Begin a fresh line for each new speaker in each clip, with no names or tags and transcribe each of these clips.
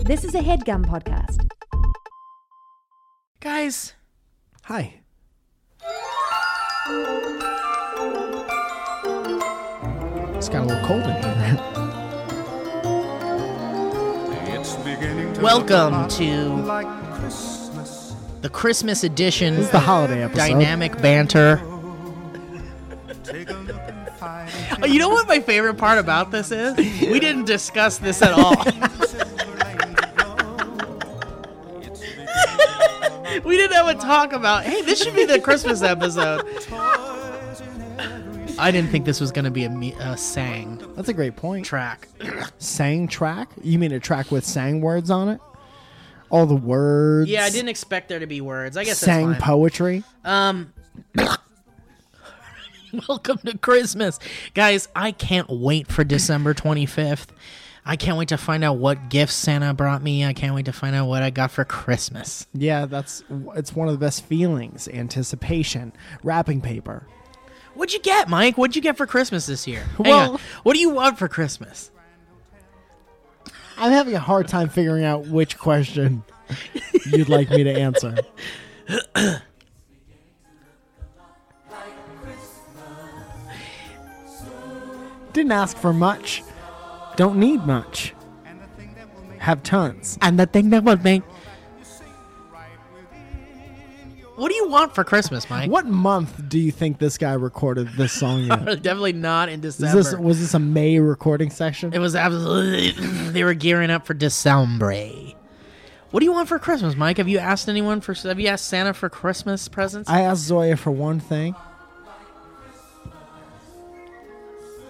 This is a headgum podcast.
Guys,
Hi. It's got a little cold in here.
It's beginning to
welcome
look a lot
to
like Christmas.
the Christmas edition
It's the holiday episode.
dynamic banter.
Take a look and find
Oh, you know what my favorite part about this is? We didn't discuss this at all.
silver lanes of gold. It's beginning
we didn't have a talk about, hey, this should be the Christmas episode.
toys in every
I didn't think this was going to be a, me- a sang
That's a great point.
track.
sang track? You mean a track with sang words on it? All the words.
Yeah, I didn't expect there to be words. I guess
sang
that's fine.
poetry.
Um, welcome to Christmas, guys! I can't wait for December twenty fifth. I can't wait to find out what gifts Santa brought me. I can't wait to find out what I got for Christmas.
Yeah, that's it's one of the best feelings. Anticipation, wrapping paper.
What'd you get, Mike? What'd you get for Christmas this year? Hang
Well-
on. what do you want for Christmas?
I'm having a hard time figuring out which question you'd like me to answer. Didn't ask for much. Don't need much.
and the thing that will make
Have tons.
And the thing that would make.
you sing right within your
What do you want for Christmas, Mike?
What month do you think this guy recorded this song in?
Definitely not in
Is
December.
this, was this a May recording session?
It was absolutely. They were gearing up for December. What do you want for Christmas, Mike? Have you asked anyone for? Have you asked Santa for Christmas presents?
I asked Zoya for one thing.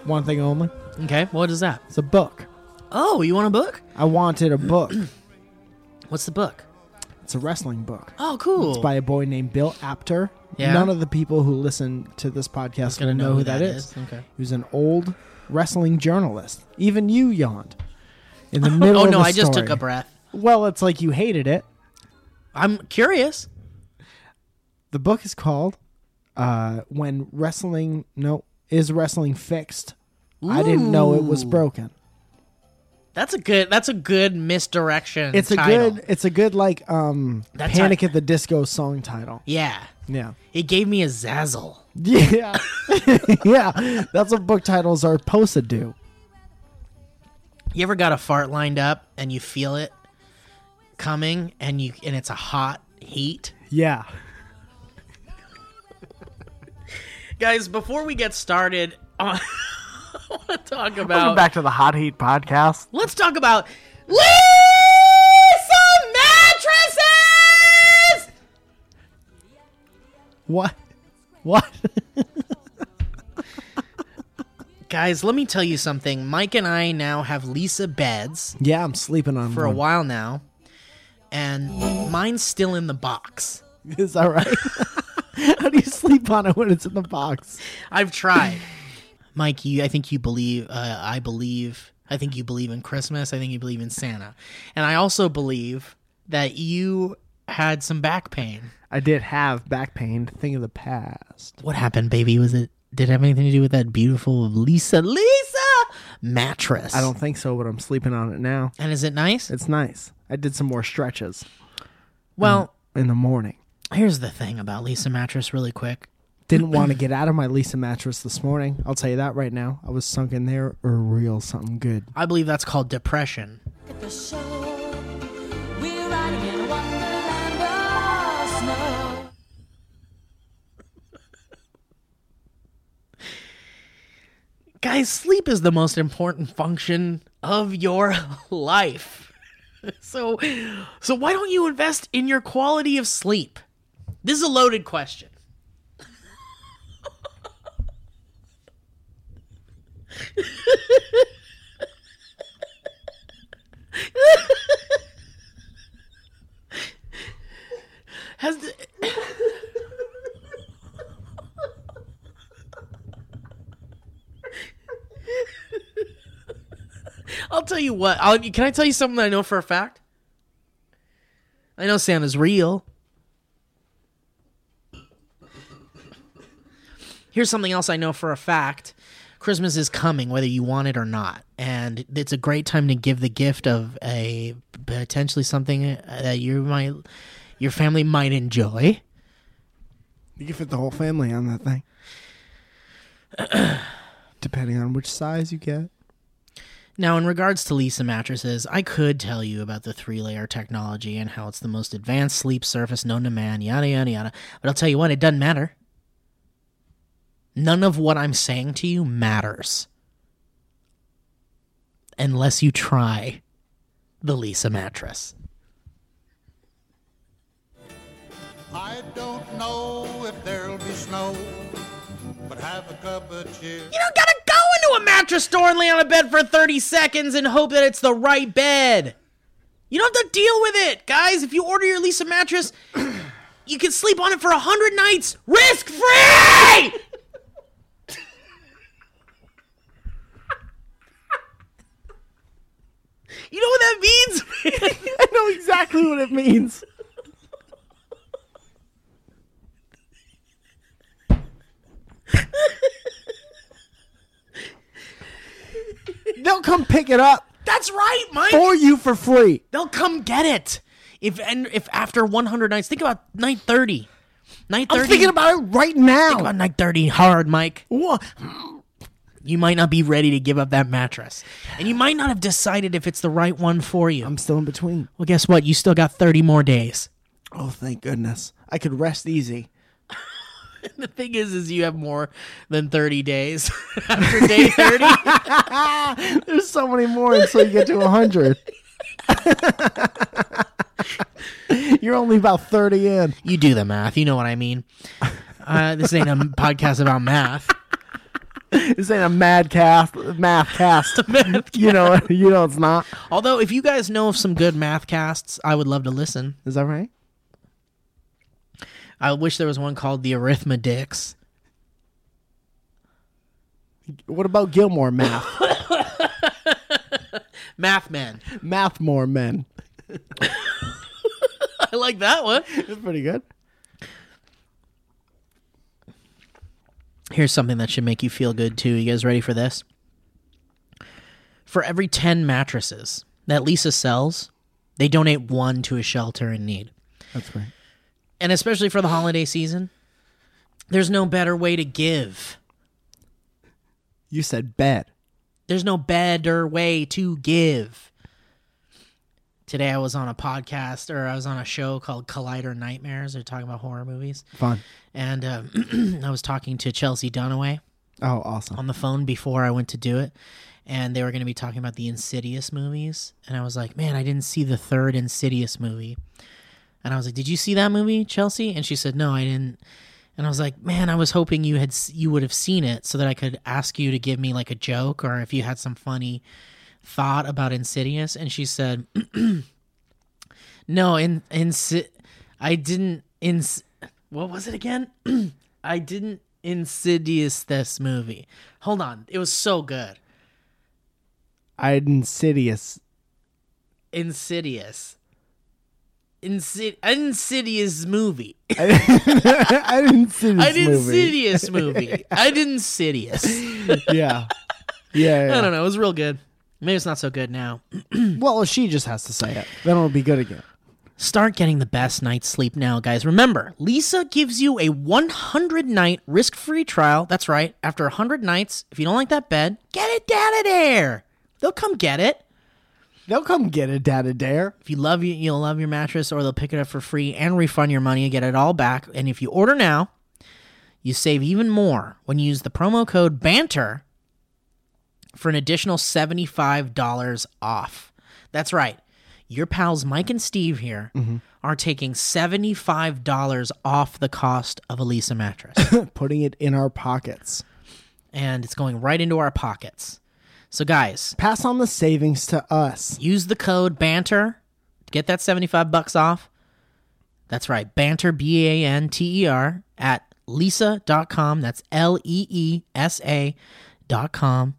One thing only.
okay, what is that?
It's a book.
Oh, you want a book?
I wanted a book.
What's the book?
It's a wrestling book.
Oh, cool.
It's by a boy named Bill Apter.
Yeah.
None of the people who listen to this podcast
gonna
will know who that is.
Okay.
He was an old wrestling journalist. Even you yawned in the middle.
oh
of
no,
the
I just
story.
took a breath.
Well, it's like you hated it.
I'm curious.
The book is called uh, "When Wrestling No Is Wrestling Fixed." I didn't know it was
Ooh.
broken.
That's a good. That's a good misdirection.
It's
title.
a good. It's a good like um,
That
Panic
ti-
at the Disco song title.
Yeah,
Yeah.
it gave me a zazzle.
Yeah. yeah. That's what book titles are supposed to do.
You ever got a fart lined up and you feel it coming, and you and it's a hot heat.
Yeah.
guys before we get started on i want to talk about
to the Hot Heat podcast.
let's talk about lisa mattresses
What? What?
guys let me tell you something mike and i now have lisa beds
yeah, I'm sleeping on
for a
one.
while now and mine's still in the box
Is that right? How do you sleep on it when it's in the box?
i've tried mike you i think you believe uh, i believe i think you believe in christmas i think you believe in santa and i also believe that you had some back pain
I did have back pain. Thing of the past.
What happened, baby? Was it did it have anything to do with that beautiful Lisa Lisa mattress?
I don't think so, but I'm sleeping on it now.
And is it nice?
It's nice. I did some more stretches
Well,
in the morning.
here's the thing about Lisa mattress, really quick.
Didn't want to get out of my Lisa mattress this morning. I'll tell you that right now. I was sunk in there or real something good.
I believe that's called depression.
at the show. We're riding in a wonderland of snow.
Guys, sleep is the most important function of your life. so, so why don't you invest in your quality of sleep? This is a loaded question. Has the, I'll tell you what. I'll, can I tell you something that I know for a fact? I know Santa's real. Here's something else I know for a fact. Christmas is coming, whether you want it or not. And it's a great time to give the gift of a potentially something uh, that you might, your family might enjoy.
You can fit the whole family on that thing. Depending on which size you get.
Now, in regards to Lisa mattresses, I could tell you about the three layer technology and how it's the most advanced sleep surface known to man, yada, yada, yada. But I'll tell you what, it doesn't matter. None of what I'm saying to you matters. Unless you try the Lisa mattress.
I don't know if there'll be snow, but have a cup of cheer.
You don't gotta go into a mattress store and lay on a bed for 30 seconds and hope that it's the right bed. You don't have to deal with it, guys. If you order your Lisa mattress, you can sleep on it for 100 nights risk free! you know what that means? man?
I know exactly what it means. They'll come pick it up
That's right, Mike.
for you for free.
They'll come get it. If and if after 100 nights, think about 930. 930.
I'm thinking about it right
Think about
now.
930 hard, Mike.
Wha-
You might not be ready to give up that mattress. And you might not have decided if it's the right one for you. Um,
I'm still in between.
well, guess what? You still got 30 more days.
Oh, thank goodness. I could rest easy.
The thing is is you have more than 30 days after day 30.
There's so many more until you get to 100. You're only about 30 in.
you do the math, you know what I mean. Uh, this ain't a podcast about math.
This ain't a mad cast, math cast. you know, you know it's not.
Although if you guys know of some good math casts, I would love to listen.
Is that right?
I wish there was one called the Arithmetics.
What about Gilmore math?
Math Man.
math more men.
I like that one.
It's pretty good.
Here's something that should make you feel good too. You guys ready for this? For every 10 mattresses that Lisa sells, they donate one to a shelter in need.
That's right.
And especially for the holiday season, there's no better way to give.
You said bed.
There's no better way to give. Today I was on a podcast or I was on a show called Collider Nightmares. They're talking about horror movies.
Fun.
And um, I was talking to Chelsea Dunaway.
Oh, awesome.
on the phone before I went to do it, and they were going to be talking about the Insidious movies, and I was like, "Man, I didn't see the third Insidious movie." And I was like, "Did you see that movie, Chelsea?" And she said, "No, I didn't." And I was like, "Man, I was hoping you had s- you would have seen it so that I could ask you to give me like a joke or if you had some funny thought about Insidious." And she said, "No, in insi- I didn't ins what was it again? I didn't insidious this movie. Hold on. It was so good.
I'd insidious.
Insidious. Insid- insidious movie.
I didn't insidious.
I did
movie.
insidious movie. I did insidious. I
Yeah. Yeah. yeah.
don't know. It was real good. Maybe it's not so good now.
Well, she just has to say it. Then it'll be good again.
Start getting the best night's sleep now, guys. Remember, Lisa gives you a 100 night risk free trial. That's right. After 100 nights, if you don't like that bed, get it down of there. They'll come get it.
They'll come get it, Dad Dare.
If you love it, you'll love your mattress, or they'll pick it up for free and refund your money and get it all back. And if you order now, you save even more when you use the promo code BANTER for an additional $75 off. That's right. Your pals Mike and Steve here are taking $75 off the cost of a Lisa mattress.
Putting it in our pockets.
and it's going right into our pockets. So, guys,
Pass on the savings to us.
Use the code banter to get that 75 bucks off. That's right, banter B A N T E R at lisa.com. That's L E E S A dot com.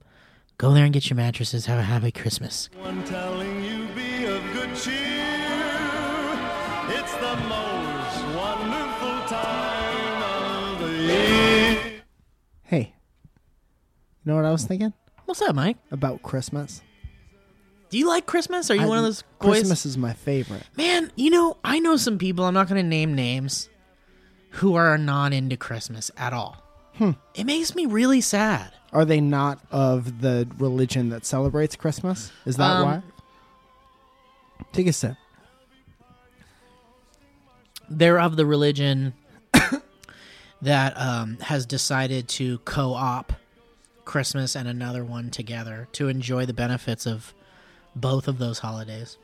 Go there and get your mattresses. Have a happy Christmas.
One telling you be of good cheer. It's the most wonderful time of the year.
Hey, you know what I was thinking
What's up, Mike?
about Christmas?
Do you like Christmas? Are you
I-
one of those boys?
Christmas is my favorite.
Man, you know, I know some people, I'm not going to name names, who are not into Christmas at all.
Hmm.
It makes me really sad.
Are they not of the religion that celebrates Christmas? Is that
Um,
why? Take a sip.
They're of the religion that um, has decided to co op Christmas and another one together to enjoy the benefits of both of those holidays.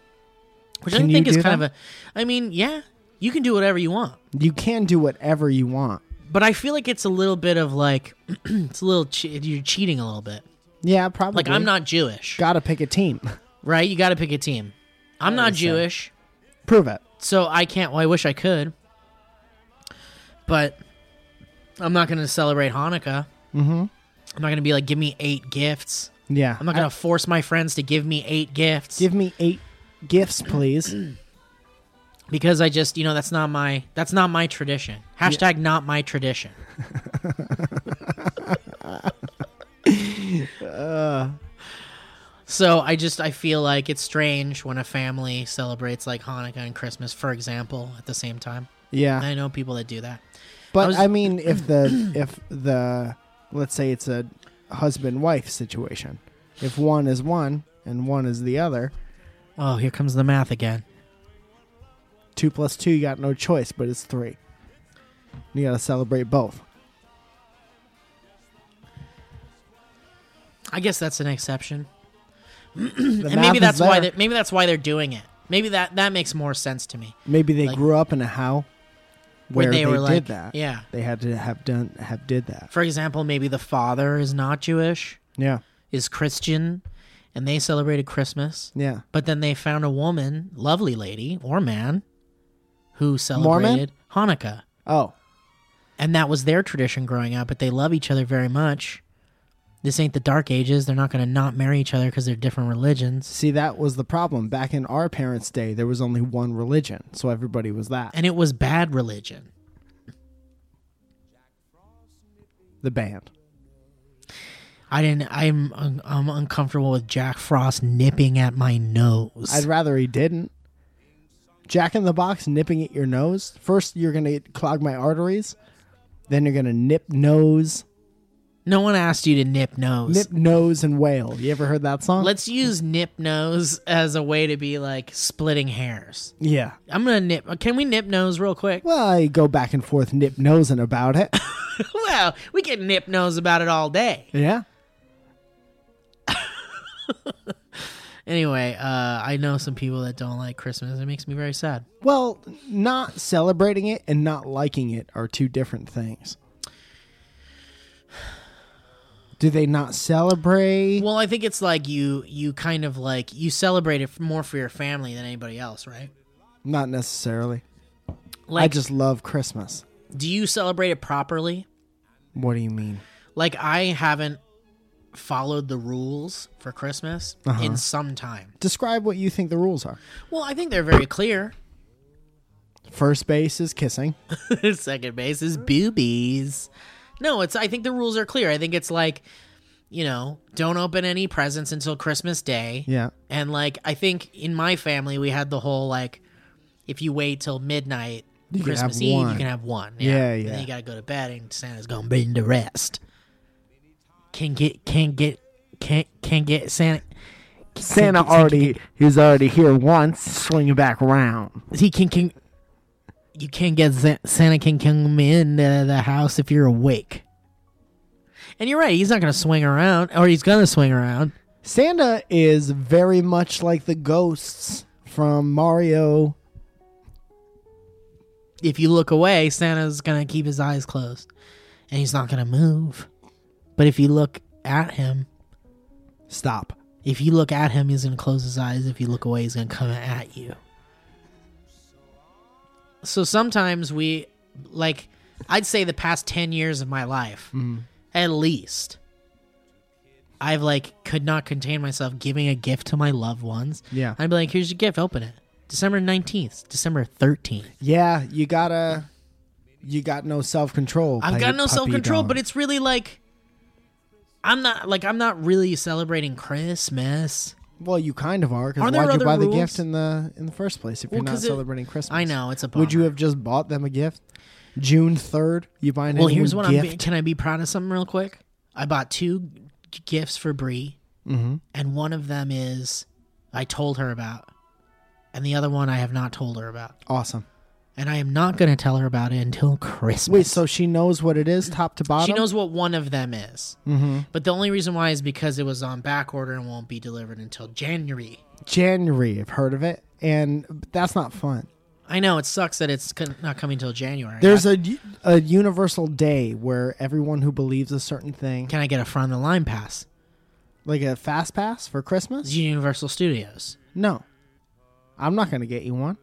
Which
Can
I
you
think is
do
kind
that?
of a. I mean, yeah, you can do whatever you want.
You can do whatever you want.
But I feel like it's a little bit of like, it's a little, che- you're cheating a little bit.
Yeah, probably.
Like, I'm not Jewish.
Gotta pick a team.
right? You got to pick a team. I'm not Jewish,
Prove it.
so I can't. Well, I wish I could, but I'm not going to celebrate Hanukkah. Mm-hmm. I'm not going to be like, give me eight gifts.
Yeah.
I'm not
I-
going to force my friends to give me eight gifts
give me eight gifts, please.
because I just, you know, that's not my that's not my tradition. Hashtag not my tradition.
Uh.
So I just I feel like it's strange when a family celebrates like Hanukkah and Christmas, for example, at the same time.
Yeah.
I know people that do that.
But I,
I was-
mean, if the if the let's say it's a husband wife situation, if one is one and one is the other,
Oh, here comes the math again.
two plus two, you got no choice, but it's three. You got to celebrate both.
I guess that's an exception,
The
and
math
maybe
is
that's why
there.
they, maybe that's why they're doing it. Maybe that that makes more sense to me.
maybe they
like-
grew up in a how
When
where
they
they,
were
did
like-
that.
yeah.
they had to have done have did that.
For example, maybe the father is not Jewish,
Yeah,
is Christian, and they celebrated Christmas.
yeah.
But then they found a woman, lovely lady or man, who
Mormon?
celebrated Hanukkah.
Oh,
And that was their tradition growing up, but they love each other very much. This ain't the dark ages. They're not going to not marry each other because they're different religions.
see, that was the problem back in our parents' day. There was only one religion, so everybody was that.
And it was bad religion.
the band.
I didn't. I'm un- I'm uncomfortable with Jack Frost nipping at my nose.
I'd rather he didn't. Jack in the box nipping at your nose. First, you're gonna clog my arteries. Then you're gonna nip nose,
no one asked you to nip nose.
nip nose and wail. You ever heard that song?
Let's use nip nose as a way to be like splitting hairs.
yeah.
I'm gonna nip. uh, Can we nip nose real quick?
Well, I go back and forth nip nosing about it.
Well, we can nip nose about it all day.
yeah.
Anyway, uh, I know some people that don't like Christmas. It makes me very sad.
Well, not celebrating it and not liking it are two different things. Do they not celebrate?
Well, I think it's like you you kind of like you celebrate it more for your family than anybody else, right?
not necessarily.
Like,
I just love Christmas.
do you celebrate it properly?
What do you mean?
Like, I haven't followed the rules for Christmas
Uh-huh.
in some time.
Describe what you think the rules are.
Well, I think they're very clear.
First base is kissing.
second base is boobies. No, it's. I think the rules are clear. I think it's like, you know, don't open any presents until Christmas Day.
Yeah.
And like, I think in my family we had the whole like, if you wait till midnight
You can
Christmas
have
Eve,
one.
you can have one.
Yeah,
And
yeah.
then you gotta go to bed, and Santa's gonna bring the rest. Can get, can get, can't, can get Santa.
Santa already he's already here once, swing back round.
He can can. You can't get Sa- Santa can come in the, the house if you're awake. And you're right. He's not gonna swing around, or he's gonna swing around.
Santa is very much like the ghosts from Mario.
if you look away, Santa's gonna keep his eyes closed and he's not gonna move. But if you look at him,
Stop.
if you look at him, he's gonna close his eyes. If you look away, he's gonna come at you. So sometimes we, like, I'd say the past 10 years of my life,
Mm-hmm.
at least, I've, like, could not contain myself giving a gift to my loved ones.
Yeah.
I'd be like, here's your gift, open it. December 19th, December 13th.
Yeah, you gotta you got no self control.
I've got no self control, but it's really like I'm not like I'm not really celebrating Christmas.
Well, you kind of are
Are
because
there
why'd you
other
buy the
rules?
gift in the in the first place if
Well,
you're not
'cause it-
celebrating Christmas?
I know Uh-huh. it's a. Bummer.
Would you have just bought them a gift? June third, you buy an
Well, here's what I'm. be-
gift.
Can I be proud of something real quick? I bought two g- gifts for Bree,
Mm-hmm.
and one of them is I told her about, and the other one I have not told her about,
awesome.
and I am not going to tell her about it until Christmas.
Wait, so she knows what it is, top to bottom.
she knows what one of them is, mm-hmm. but the only reason why is because it was on back order and won't be delivered until January.
January. I've heard of it, and but that's not fun.
I know it sucks that it's con- not coming till January.
There's a a universal day where everyone who believes a certain thing,
can I get a front of the line pass?
like a fast pass for Christmas.
It's Universal Studios.
No, I'm not going to get you one.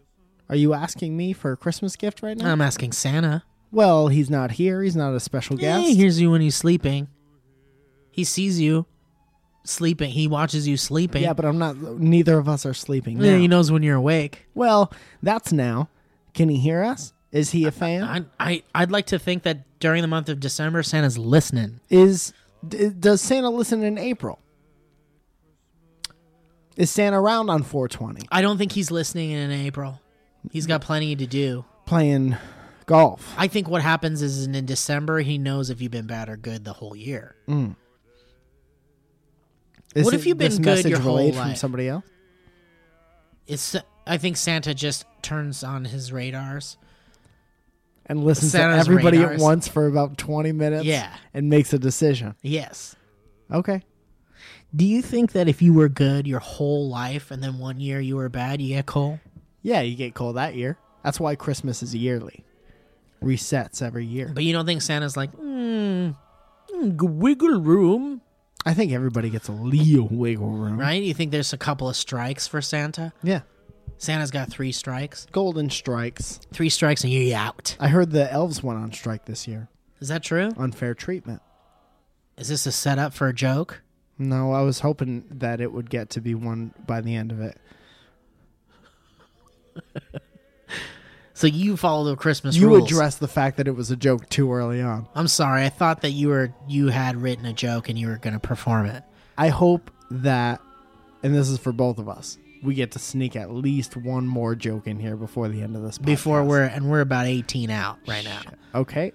Are you asking me for a Christmas gift right now?
I'm asking Santa.
well, he's not here. He's not a special guest.
He hears you when he's sleeping. He sees you sleeping. He watches you sleeping.
yeah, but I'm not. Neither of us are sleeping. Now.
Yeah, he knows when you're awake.
Well, that's now. Can he hear us? Is he a fan?
I, I, I'd like to think that during the month of December, Santa's listening.
Is d- does Santa listen in April? Is Santa around on 420
I don't think he's listening in April. He's got plenty to do.
playing golf?
I think what happens is in December, he knows if you've been bad or good the whole year.
Is
What if
it-
you've been
this
good
message
your whole
relayed from
life?
somebody else?
It's, I think Santa just turns on his radars.
and listens
Santa's
to everybody
radars.
at once for about 20 minutes
Yeah.
and makes a decision.
Yes.
Okay.
Do you think that if you were good your whole life and then one year you were bad, you get coal?
Yeah, you get cold that year. That's why Christmas is yearly. Resets every year.
But you don't think Santa's like, hmm, mm, g- wiggle room,
I think everybody gets a little wiggle room.
right? You think there's a couple of strikes for Santa?
Yeah.
Santa's got three strikes.
Golden strikes.
Three strikes and you're out.
I heard the elves went on strike this year.
Is that true?
Unfair treatment.
Is this a setup for a joke?
No, I was hoping that it would get to be one by the end of it.
So you follow the Christmas
You
rules.
addressed the fact that it was a joke too early on.
I'm sorry. I thought that you were you had written a joke and you were going to perform it.
I hope that, and this is for both of us, we get to sneak at least one more joke in here before the end of this. Podcast.
Before we're and we're about 18 out right now.
okay.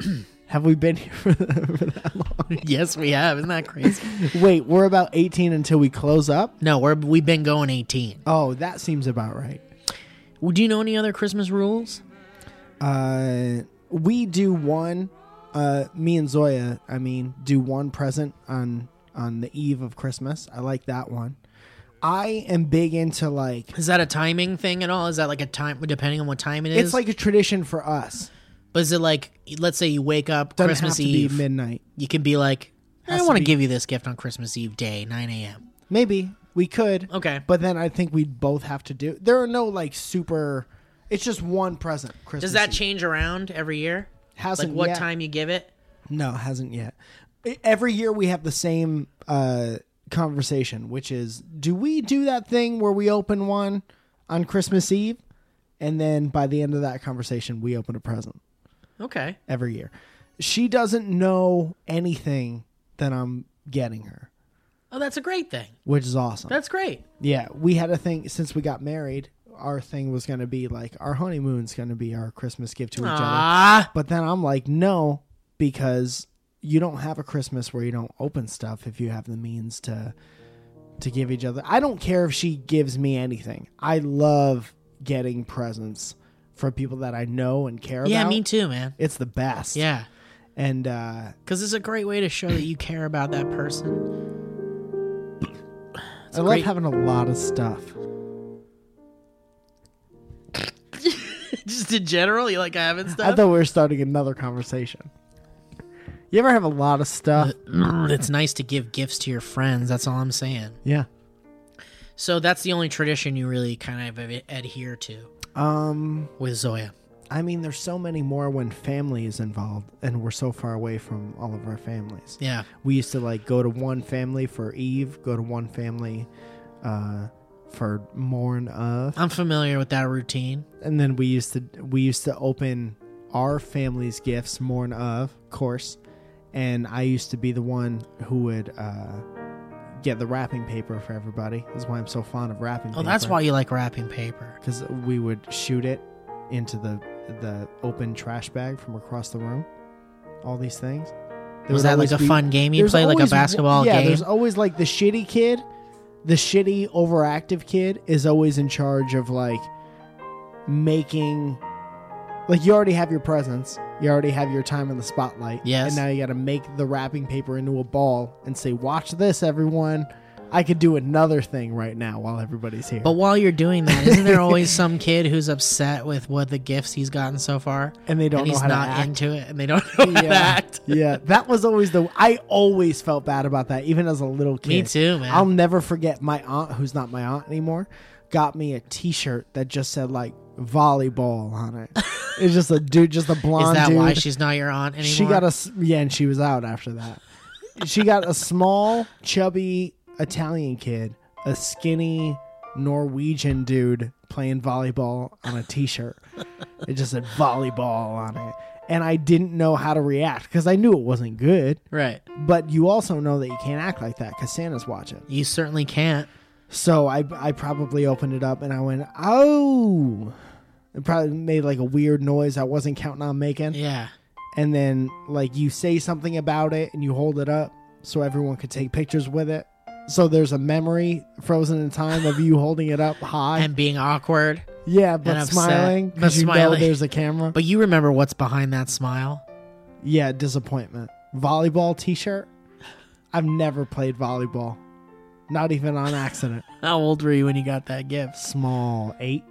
Have we been here? For that?
yes, we have. Isn't that crazy?
Wait, we're about eighteen until we close up.
no, we're we've been going 18.
Oh, that seems about right.
Well, Do you know any other Christmas rules?
Uh, we do one. Uh, me and Zoya, I mean, do one present on on the eve of Christmas. I like that one. I am big into like
Is that a timing thing at all? Is that like a time depending on what time it is?
it's like a tradition for us.
But is it like, let's say you wake up
Doesn't
Christmas
have to
Eve,
be midnight.
you can be like, I
to
want to
be-
give you this gift on Christmas Eve day, 9 a.m.
Maybe we could.
Okay.
But then I think we'd both have to do. There are no like super. It's just one present. Christmas.
Does that
Eve.
change around every year?
Hasn't
like what
yet.
time you give it?
No, hasn't yet. E- Every year we have the same uh, conversation, which is, do we do that thing where we open one on Christmas Eve, and then by the end of that conversation we open a present
Okay.
every year. She doesn't know anything that I'm getting her,
Oh, that's a great thing.
which is awesome.
That's great.
Yeah, we had a thing since we got married. Our thing was going to be like our honeymoon's going to be our Christmas gift to each other.
Ah,
But then I'm like, no, because you don't have a Christmas where you don't open stuff if you have the means to to give each other. I don't care if she gives me anything. I love getting presents from people that I know and care
yeah,
about.
me too, man.
It's the best.
Yeah.
And uh
Because it's a great way to show that you care about that person.
I love
great-
having a lot of stuff.
Just in general, you like I haven't
I
stuff.
thought we were starting another conversation. You ever have a lot of stuff?
"Mm, it's nice to give gifts to your friends. That's all I'm saying.
Yeah.
So that's the only tradition you really kind of ad- adhere to
Um,
with Zoya.
I mean, there's so many more when family is involved, and we're so far away from all of our families.
Yeah.
We used to like go to one family for Eve, go to one family uh, for morn of,
I'm familiar with that routine.
and then we used to we used to open our family's gifts morn of, of course, and I used to be the one who would uh, get the wrapping paper for everybody. That's why I'm so fond of wrapping
Oh, that's why you like wrapping paper.
Because we would shoot it into the the open trash bag from across the room. All these things. There
Was
would
that like
always
a fun game you'd
there's
play, like a
always-
basketball
yeah,
game?
there's always like the shitty kid, the shitty overactive kid is always in charge of like making. Like you already have your presence, you already have your time in the spotlight.
Yes.
and now you got to make the wrapping paper into a ball and say, "Watch this, everyone! I could do another thing right now while everybody's here."
But while you're doing that, isn't there always some kid who's upset with what the gifts he's gotten so far?
and they don't
and
know
he's
how
not
to act.
into it and they don't know how to act.
yeah, that was always the. I always felt bad about that, even as a little kid.
Me too, man.
I'll never forget my aunt, who's not my aunt anymore, got me a T-shirt that just said like volleyball on it. it's just a dude, just a blonde
Is that
dude.
why she's not your aunt anymore?
she got a s- yeah, and she was out after that. she got a small, chubby Italian kid, a skinny Norwegian dude playing volleyball on a T-shirt. it just said volleyball on it, and I didn't know how to react because I knew it wasn't good.
right.
But you also know that you can't act like that because Santa's watching.
You certainly can't.
So I I probably opened it up and I went, oh. It probably made like a weird noise I wasn't counting on making.
Yeah.
And then like you say something about it and you hold it up so everyone could take pictures with it. So there's a memory frozen in time of you holding it up high.
And being awkward.
yeah, but
and upset,
smiling.
but
Because you
smiling.
know there's a camera.
But you remember what's behind that smile.
yeah, disappointment. Volleyball t shirt. I've never played volleyball. Not even on accident.
How old were you when you got that gift?
Small eight.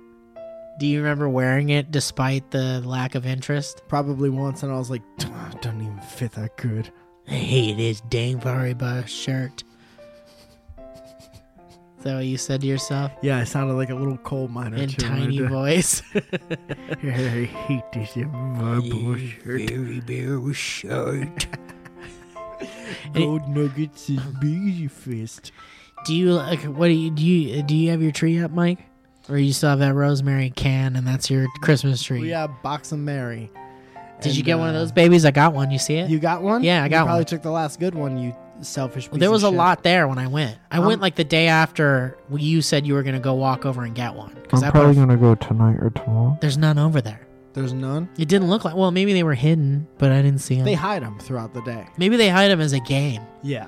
Do you remember wearing it despite the lack of interest?
probably once, and I was like, "Duh, it doesn't even fit that good.
I hate this dang volleyball shirt. Is that what you said to yourself?
Yeah, I sounded like a little coal miner.
In
too,
tiny
right?
voice.
I hate this volleyball shirt.
Very, very shirt.
Gold nuggets is big fist.
Do you like what do you do? You, do you have your tree up, Mike? Or you still have that rosemary can, and that's your Christmas tree?
We have Box of Mary.
Did you
And,
get one of
uh,
those babies? I got one. You see it?
You got one?
Yeah, I
You
got
Probably
one.
took the last good one. You selfish. Piece
there
of
was a
shit.
lot there when I went. I
I'm-
went like the day after you said you were gonna go walk over and get one. Cause I bought-
gonna go tonight or tomorrow.
there's none over there.
There's none.
It didn't look like. Well, maybe they were hidden, but I didn't see them.
They hide them throughout the day.
maybe they hide them as a game.
Yeah.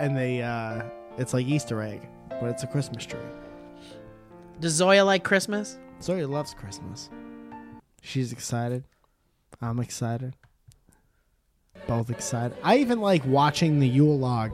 And they, uh, it's like Easter egg, but it's a Christmas tree.
Does Zoya like Christmas?
Zoe loves Christmas. She's excited. I'm excited. Both excited. I even like watching the Yule log.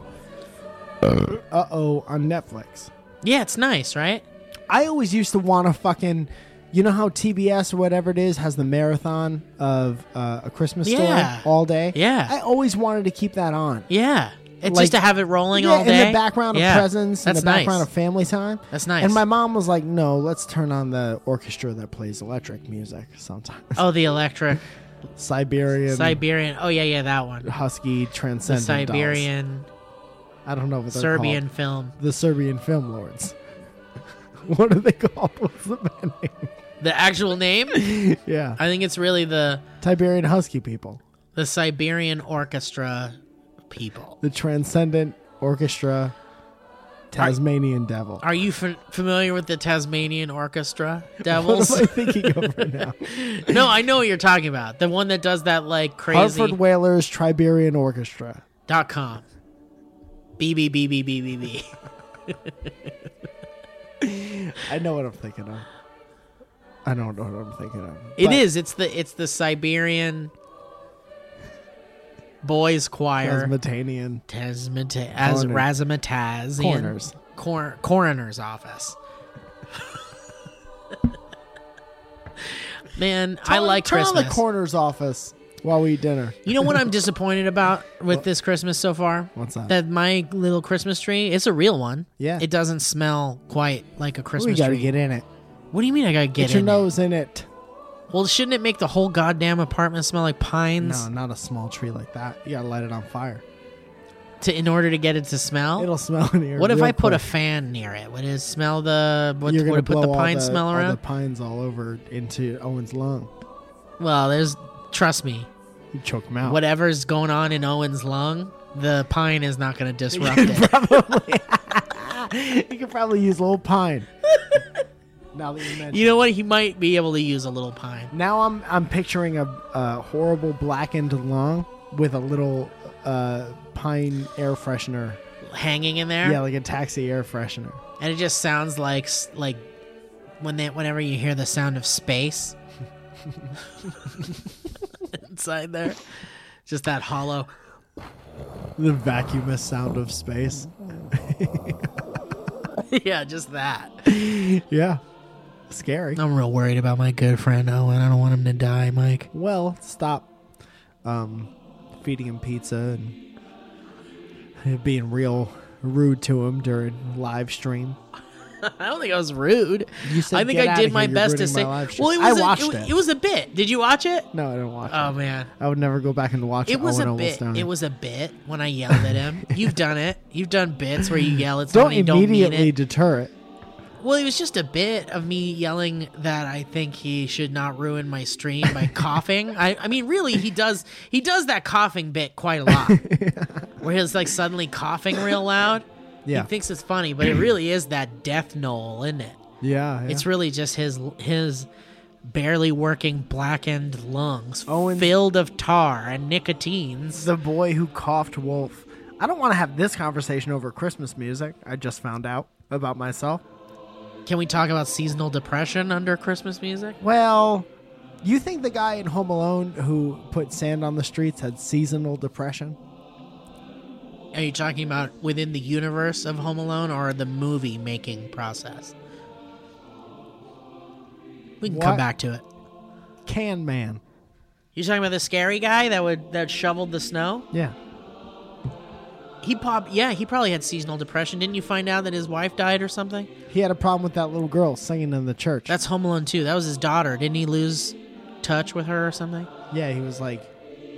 Uh oh, on Netflix.
Yeah, it's nice, right?
I always used to want to fucking. You know how TBS or whatever it is has the marathon of uh, a Christmas
Yeah.
story all day?
Yeah.
I always wanted to keep that on.
Yeah, it's
Like-
just to have it rolling
Yeah,
all day
in the background of
Yeah,
presents, in
That's
the background
nice.
of family time.
That's nice.
And my mom was like, no, let's turn on the orchestra that plays electric music sometimes.
oh, the electric
Siberian
Siberian. Oh yeah, yeah, that one.
husky
The
transcendent dolls.
Siberian
I don't know what they're
Serbian
called.
film.
The Serbian film lords. what are they called? What's the band
The actual name?
name? yeah,
I think it's really the
Tiberian husky people.
the Siberian Orchestra people.
The transcendent orchestra, Tasmanian devil.
Are you f- familiar with the Tasmanian Orchestra
what
Devils?
am I thinking of right now?
no, I know what you're talking about. The one that does that like crazy
Hartford Whalers Triberian Orchestra.
dot com. BB BB BB BB.
I know what I'm thinking of. I don't know what I'm thinking of.
It
But
is. It's the it's the Siberian boys choir.
Tasmanian.
Tasmata- as
Coroner.
Razzmatazz
Coroners.
Cor- coroner's office. Man, I
Turn-
like
turn
Christmas.
on the coroner's office while we eat dinner.
you know what I'm disappointed about with this Christmas so far?
What's that?
That my little Christmas tree, it's a real one.
Yeah.
It doesn't smell quite like a
We
Christmas
gotta
tree.
get in it.
what do you mean I gotta get,
Get your
in it?
nose in it.
Well, shouldn't it make the whole goddamn apartment smell like pines
No, not a small tree like that. You gotta light it on fire.
to in order to get it to smell?
It'll smell in here.
what if
real
I put a
quick.
fan near it? Would it smell the would,
You're
would
gonna
it put the
blow all
pine smell
all
around?
the pines all over into Owen's lung.
Well, there's trust me,
You choke him out.
whatever's going on in Owen's lung the pine is not going to disrupt it.
You could probably use a little pine. now that you mention
You know what? He might be able to use a little pine.
Now I'm I'm picturing a, a horrible blackened lung with a little uh, pine air freshener.
hanging in there.
Yeah, like a taxi air freshener.
and it just sounds like s- like when they whenever you hear the sound of space inside there, just that hollow.
The vacuumous sound of space.
yeah, just that.
Yeah. Scary.
I'm real worried about my good friend Owen. I don't want him to die, Mike.
Well, stop um, feeding him pizza and being real rude to him during live stream.
I don't think I was rude.
You said,
I think
"Get
I
outta
did
here,
my
you're
best to
ruining
say.
my live
well, it
stream."
was
I
a,
watched
it, wa-
it.
it was a bit. Did you watch it?
No, I didn't watch
Oh
it.
man.
I would never go back and watch
It was
Owen
a
Almost
bit.
Down.
It was a bit when I yelled at him. You've done it. You've done bits where you yell at
don't
somebody. Don't
immediately
mean it.
deter it.
Well, it was just a bit of me yelling that I think he should not ruin my stream by coughing. I, I mean, really, he does he does that coughing bit quite a lot, where he's like suddenly coughing real loud.
Yeah.
He thinks it's funny, but it really is that death knoll, isn't it?
yeah, yeah.
It's really just his his barely working blackened lungs
Owen-
filled of tar and nicotines.
the boy who coughed wolf. I don't want to have this conversation over Christmas music. I just found out about myself.
Can we talk about seasonal depression under Christmas music?
Well, you think the guy in Home Alone who put sand on the streets had seasonal depression?
Are you talking about within the universe of Home Alone or the movie making process? We can
What?
come back to it.
Can man.
You talking about the scary guy that would that shoveled the snow?
Yeah.
He pop yeah, he probably had seasonal depression. Didn't you find out that his wife died or something?
He had a problem with that little girl singing in the church.
That's Home Alone 2. That was his daughter. Didn't he lose touch with her or something?
yeah, he was like,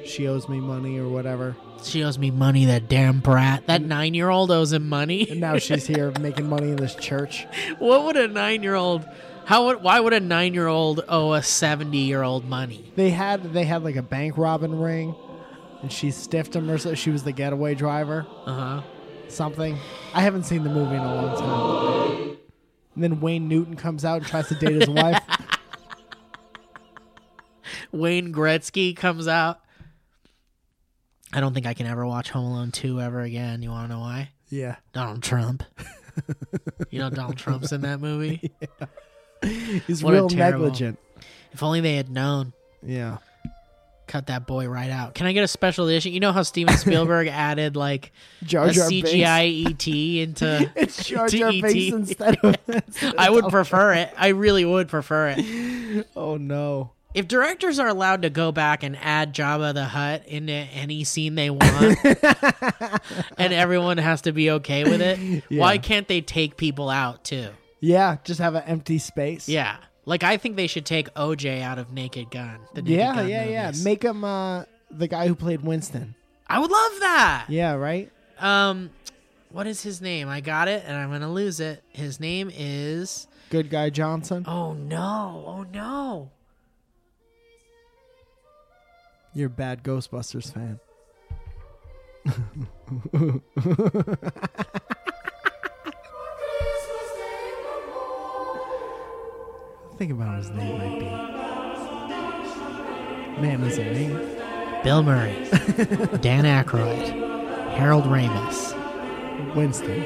she owes me money or whatever.
She owes me money, that damn brat. That nine year old owes him
And
money.
now she's here making money in this church.
what would a nine year old how would why would a nine year old owe a seventy year old money?
They had they had like a bank robbing ring, and she stiffed him or so. She was the getaway driver.
Uh huh.
something. I haven't seen the movie in a long time. And then Wayne Newton comes out and tries to date his wife.
Wayne Gretzky comes out. I don't think I can ever watch Home Alone 2 ever again. You want to know why?
Yeah.
Donald Trump. you know Donald Trump's in that movie?
He's
What a
real
terrible-
negligent.
If only they had known.
Yeah.
Cut that boy right out. Can I get a special edition? You know how Steven Spielberg added like
Jar
a
Jar
CGI ET E into
It's Jar
to
Jar
ET?
Binks instead of
E I would prefer it. I really would prefer it.
Oh no.
If directors are allowed to go back and add Jabba the Hutt into any scene they want, and everyone has to be okay with it, why can't they take people out too?
Yeah, just have an empty space.
Yeah, like I think they should take OJ out of Naked Gun. The Naked
Yeah,
Gun
yeah, yeah.
movies.
Make him uh the guy who played Winston.
I would love that.
Yeah, right?
Um, what is his name? I got it, and I'm gonna lose it. His name is.
Good guy Johnson.
Oh no! Oh no!
You're a bad Ghostbusters fan. Think about what his name might be. Man is a name.
Bill Murray, Dan Aykroyd, Harold Ramis.
Winston.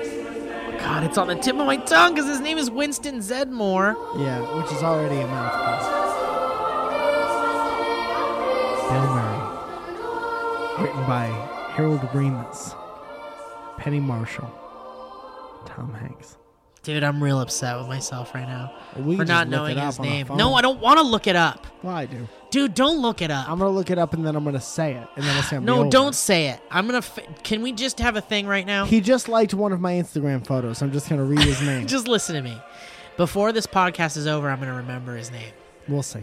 God, it's on the tip of my tongue because his name is Winston Zedmore.
Yeah, which is already a mouthful. Bill Murray. Written by Harold Ramis. Penny Marshall. Tom Hanks.
Dude, I'm real upset with myself right now
We
for
can just
not
look
knowing
it up
his
on our
name.
phone.
No, I don't want to look it up.
Well, I do.
Dude, don't look it up.
I'm gonna look it up and then I'm gonna say it, and then it's gonna be
no,
over.
don't say it. I'm gonna. F- Can we just have a thing right now?
He just liked one of my Instagram photos. I'm just gonna read his name.
just listen to me. Before this podcast is over, I'm gonna remember his name,
we'll see.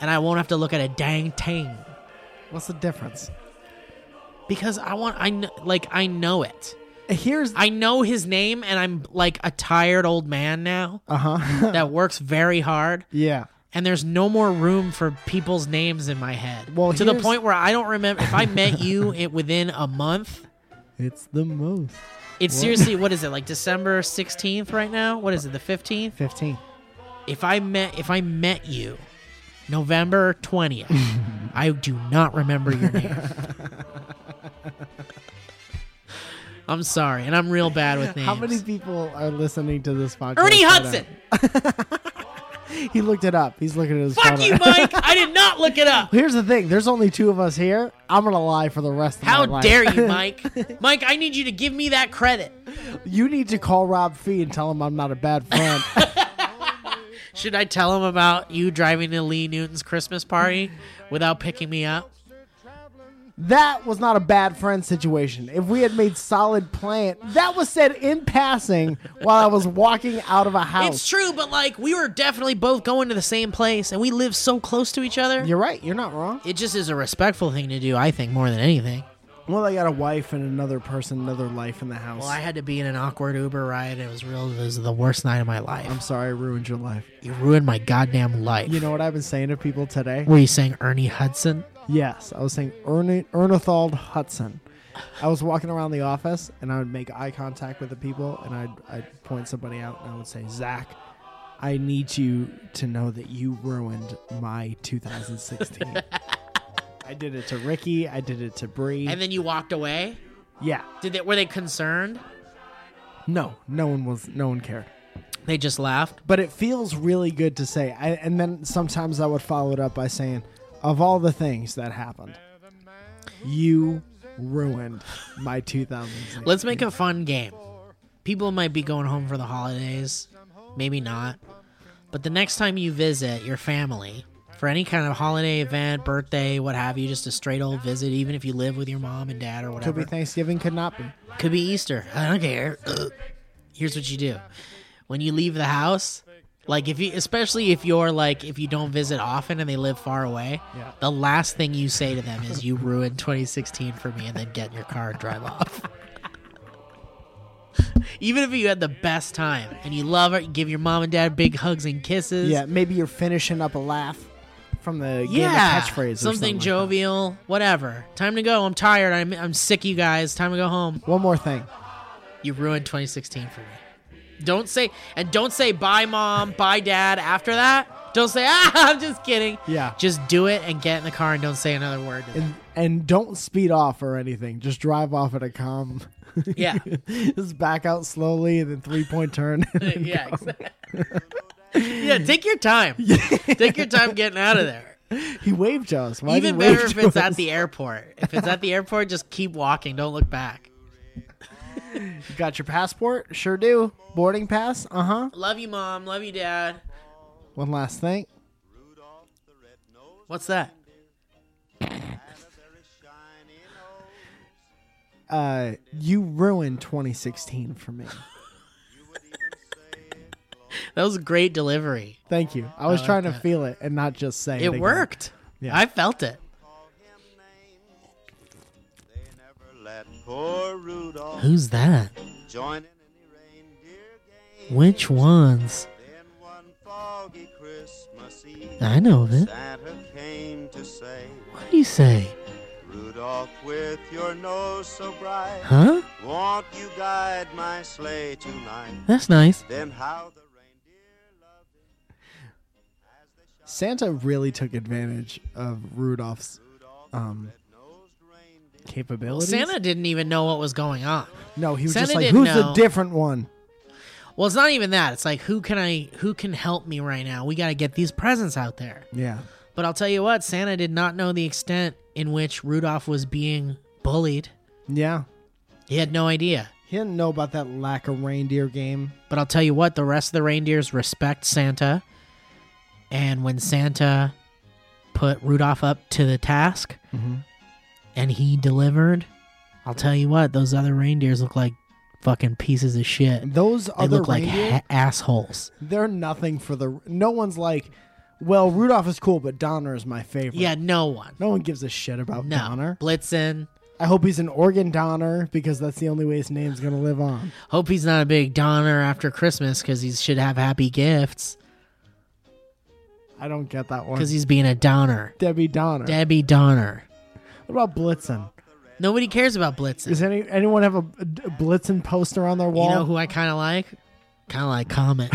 and I won't have to look at a dang thing
What's the difference?
because I want. I kn- like I know it.
Here's
I know his name, and I'm like a tired old man now
uh huh.
that works very hard.
yeah.
and there's no more room for people's names in my head.
Well,
to the
here's-
point where I don't remember if I met you it, within a month,
It's the most.
It's seriously, what is it like December 16th right now? What is it, the 15th?
15.
If I met if I met you November 20th, I do not remember your name. I'm sorry, and I'm real bad with names.
How many people are listening to this podcast?
Ernie
right
Hudson.
now? He looked it up. He's looking at his
Fuck
phone.
you, Mike. I did not look it up.
Here's the thing. There's only two of us here. I'm gonna lie for the rest of my
How
life.
dare you, Mike? Mike, I need you to give me that credit.
you need to call Rob Fee and tell him I'm not a bad friend.
Should I tell him about you driving to Lee Newton's Christmas party without picking me up?
that was not a bad friend situation. If we had made solid plan, that was said in passing while I was walking out of a
It's
house.
true, but like we were definitely both going to the same place and we live so close to each other.
You're right. You're not wrong.
it just is a respectful thing to do, I think, more than anything.
Well, I got a wife and another person, another life in the house.
Well, I had to be in an awkward Uber ride. It was real. It was the worst night of my life.
I'm sorry I ruined your life.
you ruined my goddamn life.
You know what I've been saying to people today?
were you saying Ernie Hudson?
Yes, I was saying Erne- Ernethald Hudson. I was walking around the office and I would make eye contact with the people and I'd, I'd point somebody out and I would say, Zach, I need you to know that you ruined my 2016. I did it to Ricky. I did it to Bree.
And then you walked away.
yeah.
Did they? Were they concerned?
No, no one was, no one cared.
They just laughed.
but it feels really good to say. I, and then sometimes I would follow it up by saying, "Of all the things that happened, you ruined my 2000s."
Let's make a fun game. People might be going home for the holidays, maybe not. But the next time you visit your family for any kind of holiday event, birthday, what have you, just a straight old visit, even if you live with your mom and dad or whatever.
could be Thanksgiving, could not be.
Could be Easter. I don't care. Here's what you do. When you leave the house, like if you especially if you're like if you don't visit often and they live far away,
Yeah.
the last thing you say to them is you ruined 2016 for me and then get in your car and drive off. Even if you had the best time and you love it, you give your mom and dad big hugs and kisses.
Yeah, maybe you're finishing up a laugh from the game of
Yeah,
catchphrase,
something,
or something Like
jovial, whatever. Time to go. I'm tired. I'm, I'm sick, you guys. Time to go home.
that. One more thing.
You ruined 2016 for me. Don't say and don't say bye mom, bye dad after that. Don't say ah, I'm just kidding.
Yeah.
Just do it and get in the car and don't say another word. to them.
And, and don't speed off or anything. Just drive off at a calm.
Yeah.
Just back out slowly and then three point turn.
yeah. Exactly. yeah, take your time. Take your time getting out of there.
he waved to us. Why did
Even
he wave
better if
to
it's
us?
at the airport. If it's at the airport, just keep walking. Don't look back.
Got your passport? Sure do. Boarding pass? Uh huh.
Love you, mom. Love you, dad.
One last thing.
What's that?
Uh, you ruined 2016 for me.
That was a great delivery.
Thank you. I was
like
trying to
that.
feel it and not just say it.
It
again.
worked.
Yeah.
I felt it.
They never let poor Rudolph
Who's that?
join in any reindeer game.
Which ones?
Then one foggy Christmas Eve,
I know of it.
Santa came to say,
What do you say?
Rudolph, with your nose so bright,
Huh?
won't you guide my sleigh tonight?
That's nice.
Then how the reindeer loved it.
Santa really took advantage of Rudolph's um capabilities.
Santa didn't even know what was going on.
No, he was
Santa
just like,
didn't
who's the
know."
different one?
Well, it's not even that. It's like who can I who can help me right now? We got to get these presents out there.
Yeah.
But I'll tell you what, Santa did not know the extent in which Rudolph was being bullied.
Yeah.
He had no idea.
He didn't know about that lack of reindeer game.
But I'll tell you what, the rest of the reindeers respect Santa. And when Santa put Rudolph up to the task
Mm-hmm.
and he delivered, I'll tell you what, those other reindeers look like fucking pieces of shit.
Those
They
other
look like
reindeer,
ha- assholes.
they're nothing for the. No one's like, well, Rudolph is cool, but Donner is my favorite.
Yeah, no one.
No one gives a shit about
No.
Donner.
Blitzen.
I hope he's an organ donor because that's the only way his name's gonna live on.
Hope he's not a big Donner after Christmas because he should have happy gifts
I don't get that one.
because he's being a Donner.
Debbie Donner.
Debbie Donner.
what about Blitzen?
Nobody cares about blitzing.
Does any anyone have a, a Blitzen poster on their
You
wall?
know who I kind of like? Kind of like Comet.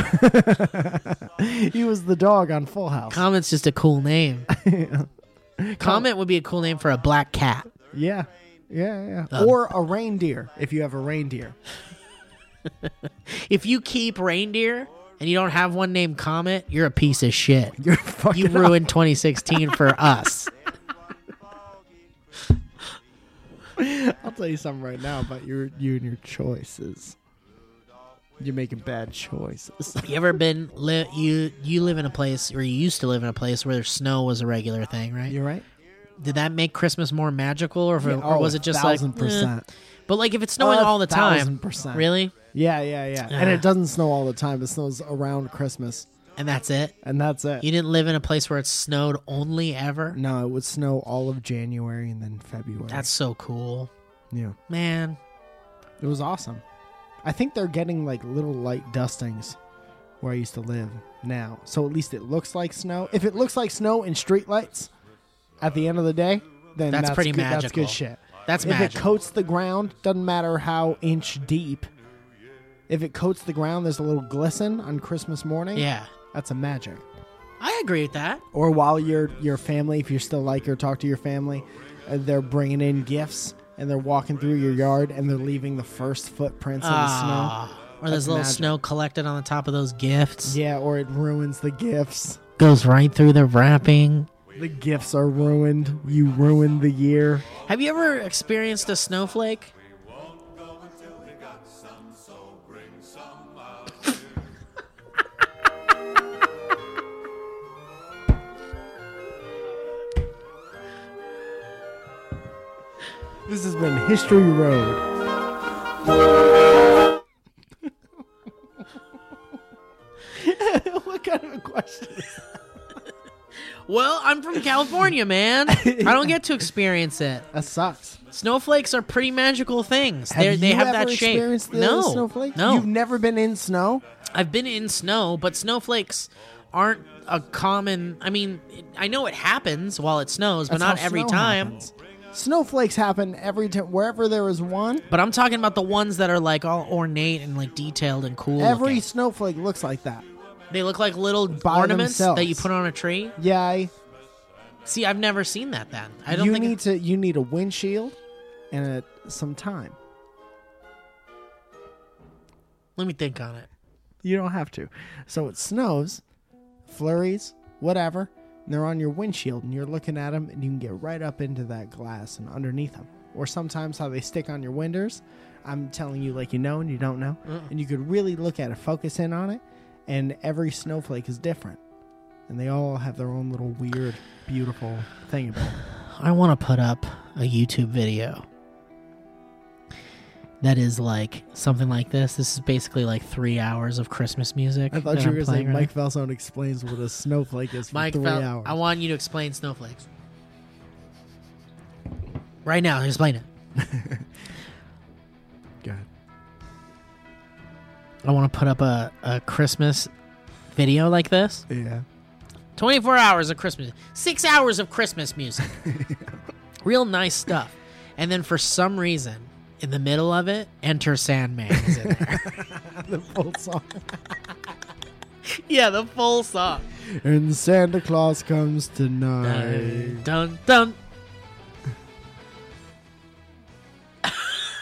he was the dog on Full House.
Comet's just a cool name. Comet would be a cool name for a black cat.
Yeah. Yeah, yeah.
Um,
or a reindeer if you have a reindeer.
If you keep reindeer and you don't have one named Comet, you're a piece of shit.
You're fucking
You ruined 2016 for us.
I'll tell you something right now about your you and your choices. You're making bad choices.
You ever been li- you you live in a place or you used to live in a place where snow was a regular thing, right?
You're right.
Did that make Christmas more magical, or, if it- or
Oh,
was
a
it just like?
thousand
eh?
percent?
But like, if it's snowing
A
all the time,
thousand percent.
really,
Yeah, yeah, yeah. And
Ah.
it doesn't snow all the time. It snows around Christmas,
and that's it.
and that's it.
You didn't live in a place where it snowed only ever.
no, it would snow all of January and then February.
That's so cool,
yeah.
man.
It was awesome. I think they're getting like little light dustings where I used to live now. So at least it looks like snow. If it looks like snow and streetlights at the end of the day, then
That's
that's,
pretty
good, That's
magical.
good shit.
That's
if
magical.
it coats the ground, doesn't matter how inch deep. If it coats the ground, there's a little glisten on Christmas morning.
yeah,
That's a magic.
I agree with that.
Or while your your family, if you're still like or talk to your family, uh, they're bringing in gifts and they're walking through your yard and they're leaving the first footprints in the snow.
Ah, or there's
That's
little
magic.
snow collected on the top of those gifts.
Yeah, or it ruins the gifts.
Goes right through the wrapping.
The gifts are ruined. You ruin the year.
Have you ever experienced a snowflake?
This has been History Road. what kind of a question?
Well, I'm from California, man. I don't get to experience it.
That sucks.
Snowflakes are pretty magical things. They're,
have
they
you
have
ever
that shape.
experienced the
no,
snowflake?
no.
You've never been in snow?
I've been in snow, but snowflakes aren't a common. I mean, I know it happens while it snows, but
That's
not
how
every
snow
time.
happens. Snowflakes happen every time. Wherever there is one,
But I'm talking about the ones that are like all ornate and like detailed and cool.
every
looking.
snowflake looks like that.
they look like little
By
ornaments that you
themselves.
put on a tree.
Yay.
See, I've never seen that. Then I don't
you
think.
need to you need a windshield and a, some time.
let me think on it.
You don't have to. So it snows, flurries, whatever. And they're on your windshield, and you're looking at them, and you can get right up into that glass and underneath them. Or sometimes how they stick on your windows. I'm telling you, like you know, and you don't know. And you could really look at it, focus in on it, and every snowflake is different. And they all have their own little weird, beautiful thing about it.
I want to put up a YouTube video that is like something like this. This is basically like three hours of Christmas music.
I thought
that
you
I'm
were going to say
playing right
Mike Valzone explains what a snowflake is for
now. Mike,
three
Fel-
hours.
I want you to explain snowflakes right now. Explain it.
Go ahead.
I want to put up a, a Christmas video like this.
Yeah.
24 hours of Christmas, six hours of Christmas music. Real nice stuff. And then for some reason, in the middle of it, Enter Sandman is in there.
the full song.
yeah, the full song.
And Santa Claus comes tonight.
Dun dun.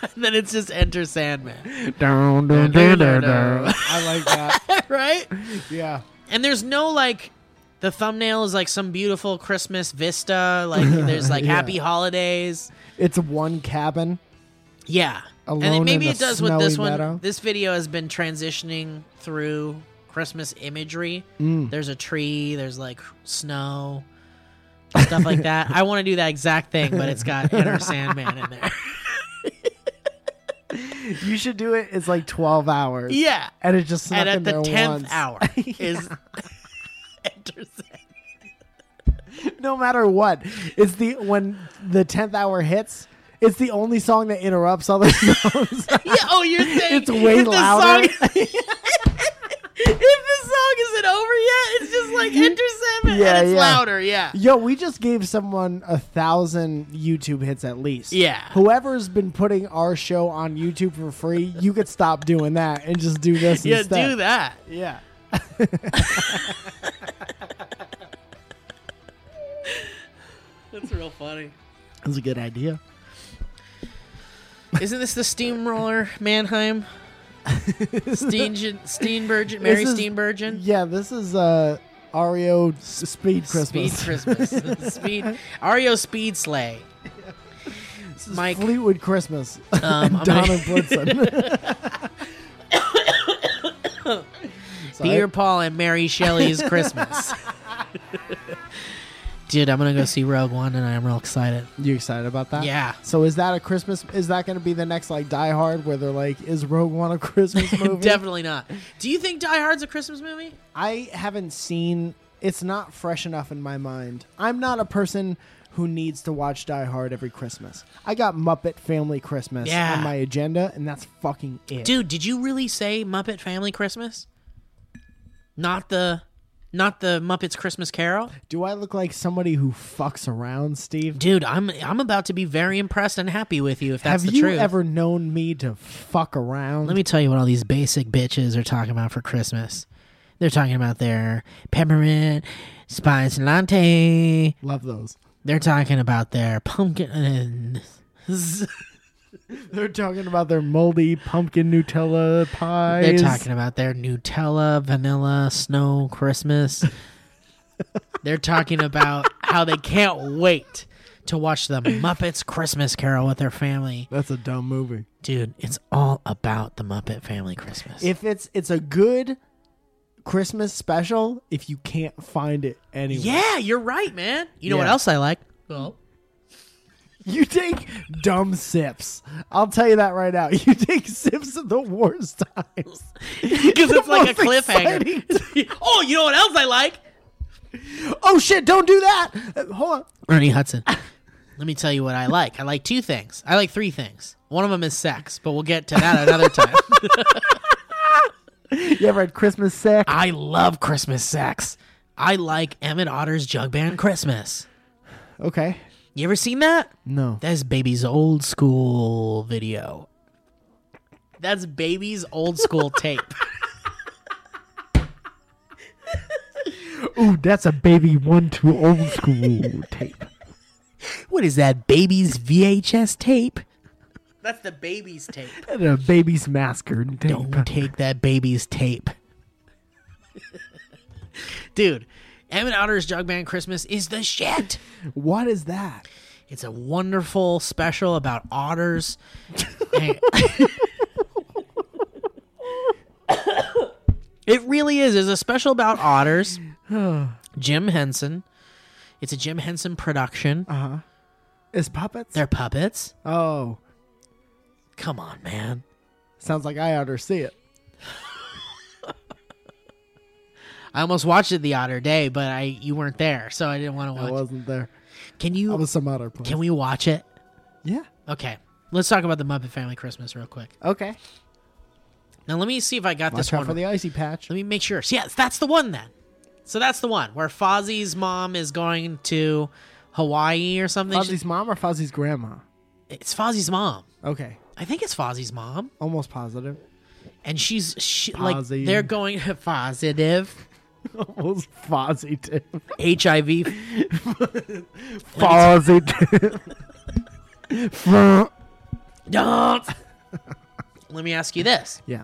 and then it's just Enter Sandman,
Down, down, down, down, down. I like that.
right?
Yeah.
And there's no like, the thumbnail is like some beautiful Christmas vista. Like there's like
Yeah.
Happy Holidays.
It's one cabin.
Yeah. and
Alone
then maybe
in a
it does with this
snowy meadow.
one. This video has been transitioning through Christmas imagery.
Mm.
There's a tree, there's like snow, stuff like that. I want to do that exact thing, but it's got Enter Sandman in there.
You should do it. It's like 12 hours.
yeah.
And it just snuck
And
in
at the
there
10th
once.
hour is Enter Sandman.
No matter what. It's the when the 10th hour hits, it's the only song that interrupts other songs.
Yeah, oh, you're saying
It's way
if this
louder.
Song, if this song isn't over yet, it's just like Enter Sandman.
Yeah,
and it's
yeah.
louder. Yeah.
Yo, we just gave someone a thousand YouTube hits at least.
Yeah.
Whoever's been putting our show on YouTube for free, you could stop doing that and just do this
Yeah,
instead.
do that.
Yeah.
That's real funny.
That's a good idea.
Isn't this the steamroller Mannheim? Steengen, Steenburgen, Mary
This is-
Steenburgen?
Yeah, this is uh REO s- Speed Christmas.
Speed Christmas. Speed. Ario Speed Sleigh. Mike.
Fleetwood Christmas.
Um, I'm
Donna
gonna-
Blitzen.
Peter Paul and Mary Shelley's Christmas. Dude, I'm gonna go see Rogue One, and I'm real excited.
You excited about that?
Yeah.
So is that a Christmas? Is that going to be the next like Die Hard, where they're like, is Rogue One a Christmas movie?
Definitely not. Do you think Die Hard's a Christmas movie?
I haven't seen. It's not fresh enough in my mind. I'm not a person who needs to watch Die Hard every Christmas. I got Muppet Family Christmas
Yeah.
on my agenda, and that's fucking it.
Dude, did you really say Muppet Family Christmas? Not the, not the Muppets Christmas Carol.
Do I look like somebody who fucks around, Steve?
Dude, I'm I'm about to be very impressed and happy with you if that's
Have
the
you
truth.
ever known me to fuck around?
Let me tell you what all these basic bitches are talking about for Christmas. They're talking about their peppermint spice latte.
Love those.
They're talking about their pumpkin.
They're talking about their moldy pumpkin
They're
Nutella pies.
talking about their Nutella, vanilla, snow Christmas. They're talking about how they can't wait to watch the Muppets Christmas Carol with their family.
That's a dumb movie.
Dude, it's all about the Muppet Family Christmas.
If it's it's a good Christmas special, if you can't find it anywhere,
yeah, you're right, man. You know what
Yeah.
else I like? Well,
you take dumb sips. I'll tell you that right now. You take sips at the worst times.
Because it's like a
most
cliffhanger. oh, you know what else I like?
Oh shit! Don't do that. Uh, Hold on.
Ernie Hudson. Let me tell you what I like. I like two things. I like three things. One of them is sex, but we'll get to that another time.
You ever had Christmas sex?
I love Christmas sex. I like Emmett Otter's Jug Band Christmas.
Okay.
You ever seen that?
No.
That's Baby's old school video. That's Baby's old school tape.
Ooh, that's a baby one two old school tape.
What is that? Baby's VHS tape? That's the baby's tape.
And a baby's maskard tape.
Don't take that baby's tape. Dude, Emmett Otter's Jug Band Christmas is the shit.
What is that?
It's a wonderful special about otters. And- it really is. It's a special about otters. Jim Henson. It's a Jim Henson production.
Uh-huh. Is puppets?
They're puppets.
Oh,
Come on, man.
sounds like I ought to see it.
I almost watched it the other day, but I you weren't there, so I didn't want to watch.
I
it.
wasn't there.
Can
I
you
was some other place.
Can we watch it?
yeah.
Okay. Let's talk about the Muppet Family Christmas real quick.
Okay.
Now let me see if I got
Watch
this
out
one.
for the icy patch.
let me make sure. So, yes, that's the one then. So that's the one where Fozzie's mom is going to Hawaii or something.
Fozzie's mom or Fozzie's grandma?
It's Fozzie's mom.
Okay.
I think it's Fozzie's mom,
Almost positive.
and she's she, like
Fozzie.
they're going to positive
Almost positive.
HIV.
Positive.
Don't. Let me ask you this.
yeah.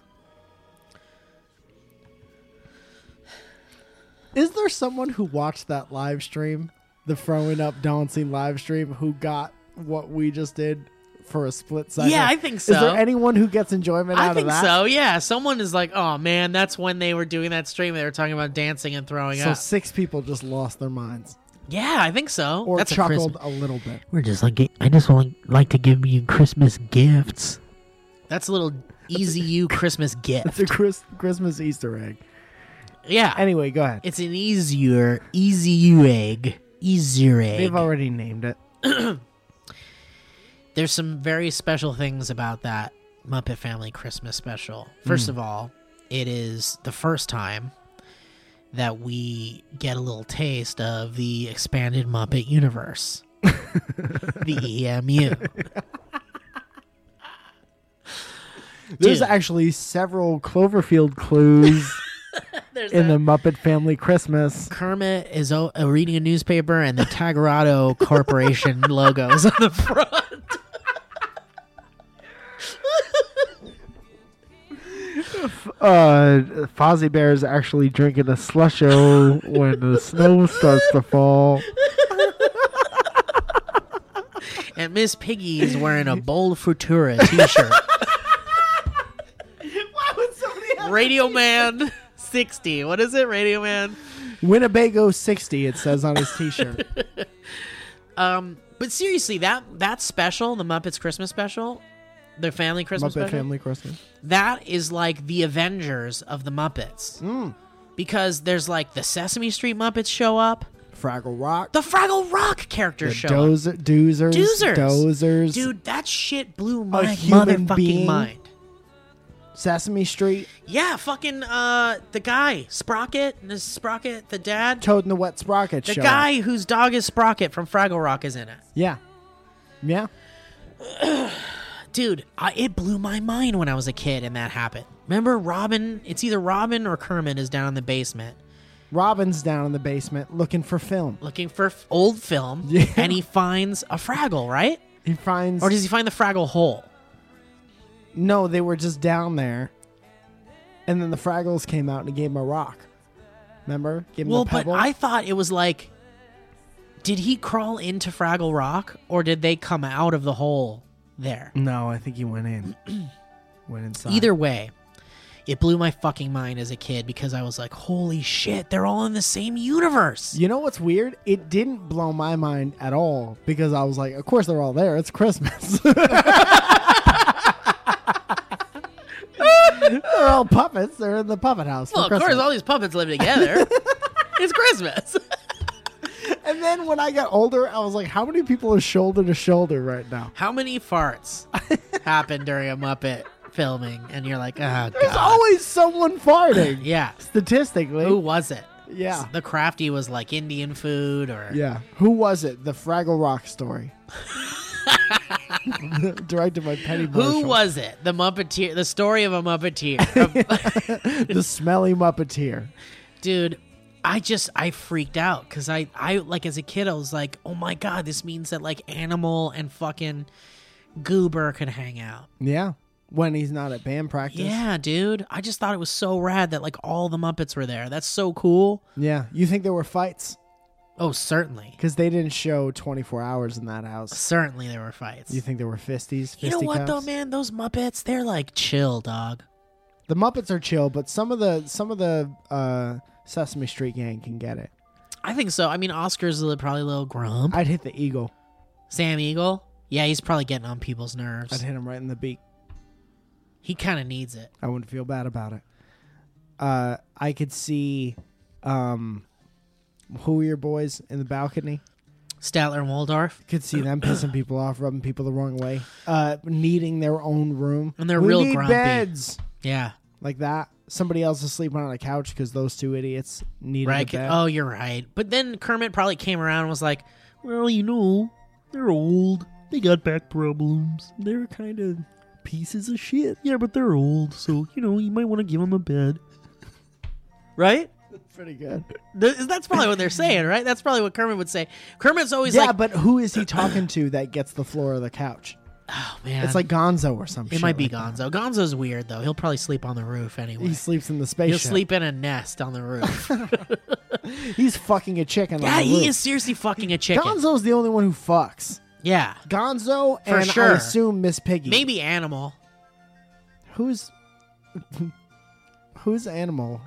Is there someone who watched that live stream, the throwing up dancing live stream, who got what we just did for a split second?
Yeah, I think
Is
so.
there anyone who gets enjoyment out
I
of
think
that?
so. Yeah, someone is like, "Oh man, that's when they were doing that stream. They were talking about dancing and throwing
So
up."
six people just lost their minds
Yeah, I think so.
or
That's a
chuckled
Christmas-
a, little bit.
We're just like I just want like to give you Christmas gifts. That's a little easy you Christmas
It's
gift.
a Chris, Christmas Easter egg.
Yeah,
Anyway, go ahead.
it's an easier easy you egg easier egg.
They've already named it.
There's some very special things about that Muppet Hmm. Family Christmas special. First of all, it is the first time that we get a little taste of the expanded Muppet universe, the E EMU.
There's
Dude.
actually several Cloverfield clues
There's
in the Muppet Family Christmas.
Kermit is o- uh, reading a newspaper, and the Tagarado Corporation logo is on the front.
Uh, Fozzie Bear is actually drinking a slusho when the snow starts to fall.
And Miss Piggy is wearing a Bold Futura T-shirt.
Why would somebody else?
Radio Man 60. What is it, Radio Man?
Winnebago 60, it says on his t shirt.
Um, but seriously, that that special, the Muppets Christmas special, their family Christmas
Muppet
special,
Family Christmas.
that is like the Avengers of the Muppets.
Hmm.
Because there's like the Sesame Street Muppets show up,
Fraggle Rock.
the Fraggle Rock characters show up.
Dozer, doozers,
Doozers.
Dozers.
Dude, that shit blew my
human
motherfucking
being?
mind.
Sesame Street,
Yeah, fucking uh the guy, Sprocket, and this Sprocket, the dad.
Toad in the Wet Sprocket
The
show.
guy whose dog is Sprocket from Fraggle Rock is in it.
Yeah. Yeah.
Dude, I, it blew my mind when I was a kid and that happened. Remember Robin? It's either Robin or Kermit is down in the basement
Robin's down in the basement looking for film.
looking for f- old film
Yeah.
and he finds a Fraggle, right?
He finds.
Or does he find the Fraggle hole?
No, they were just down there. And then the Fraggles came out and gave him a rock. Remember? Gave him
Well,
the
but
pebble.
I thought it was like did he crawl into Fraggle Rock or did they come out of the hole there?
No, I think he went in. went inside.
Either way, it blew my fucking mind as a kid because I was like, holy shit, they're all in the same universe.
You know what's weird? It didn't blow my mind at all because I was like, of course they're all there. It's Christmas. they're all puppets. They're in the puppet house. For
Well, of
Christmas.
course, all these puppets live together. it's Christmas.
and then when I got older, I was like, how many people are shoulder to shoulder right now?
How many farts happen during a Muppet filming? And you're like, oh,
There's
God.
always someone farting.
yeah.
Statistically.
Who was it?
Yeah.
The crafty was like Indian food or.
Yeah. Who was it? The Fraggle Rock story. Directed by Penny Marshall.
Who was it? The Muppeteer, the story of a Muppeteer. Um,
the smelly Muppeteer?
Dude, I just, I freaked out because I, I, like, as a kid, I was like, oh my God, this means that, like, animal and fucking goober can hang out.
Yeah. When he's not at band practice.
Yeah, dude. I just thought it was so rad that like all the Muppets were there. That's so cool.
Yeah. You think there were fights?
Oh, certainly.
Because they didn't show 24 hours in that house.
Certainly there were fights.
You
You,
think there were fisties?
know what
fisticuffs?
though, man? Those Muppets, they're like chill, dog.
The Muppets are chill, but some of the some of the uh, Sesame Street gang can get it.
I think so. I mean, Oscar's a li- probably a little grump.
I'd hit the eagle.
Sam Eagle, yeah, he's probably getting on people's
I'd
nerves.
hit him right in the beak.
He kind of needs it.
I wouldn't feel bad about it. Uh, I could see, um, who were your boys in the balcony?
Statler and Waldorf,
Could see them pissing people off, rubbing people the wrong way, uh, needing their own room.
And they're
we
real
need
grumpy.
beds
yeah,
like that. Somebody else is sleeping on a couch because those two idiots needed
right.
a bed.
Oh, you're right. But then Kermit probably came around and was like, "Well, you know, they're old. They got back problems. They're kind of
pieces of shit.
Yeah, but they're old, so you know you might want to give them a bed, right?
Pretty good.
Th- That's probably what they're saying, right? That's probably what Kermit would say. Kermit's always
yeah,
like,
but who is he talking to that gets the floor of the couch?
"Oh man,
It's like Gonzo or some shit.
it might be
like
Gonzo. Gonzo's weird though. He'll probably sleep on the roof
that.
anyway.
He sleeps in the
He'll
spaceship.
sleep in a nest on the roof.
He's fucking a chicken.
yeah,
on the
he
roof.
is seriously fucking a chicken.
Gonzo's the only one who fucks.
yeah,
Gonzo
For
and I
sure.
assume Miss Piggy.
maybe animal.
who's who's animal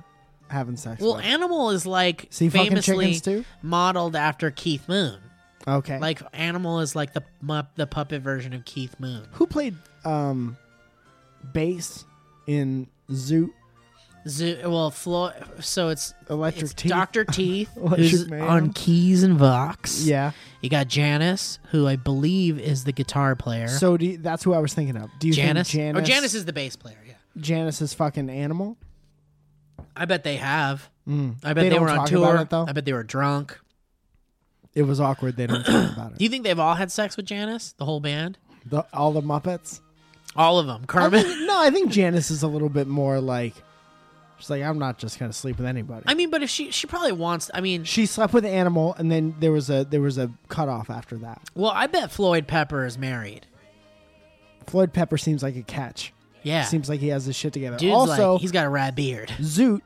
having sex?
Well,
with?
animal is like
Is he fucking
famously
chickens too?
modeled after Keith Moon.
okay.
Like animal is like the mu- the puppet version of Keith Moon.
who played um bass in Zoot
Zoo, well, Flo- so it's
Electric
it's
Teeth.
Dr. Teeth,
Electric
who's
Man.
on keys and vox.
Yeah.
You got Janice, who I believe is the guitar player.
So do you, that's who I was thinking of. Do you
Janice?
think Janice?
Oh, Janice is the bass player, yeah.
Janice is fucking animal.
I bet they have. I bet
Mm. They
they,
don't
were on
talk about
tour.
it, though?
I bet they were drunk.
It was awkward. They don't talk about
Do
it.
you think they've all had sex with Janice? The whole band?
The, all the Muppets.
All of them.
I
Carmen?
think, no, I think Janice is a little bit more like she's like I'm not just gonna sleep with anybody.
I mean, but if she she probably wants I mean
she slept with Animal, and then there was a there was a cutoff after that.
well, I bet Floyd Pepper is married.
Floyd Pepper seems like a catch.
Yeah.
Seems like he has his shit together.
Dude's
also,
like he's got a rat beard.
Zoot,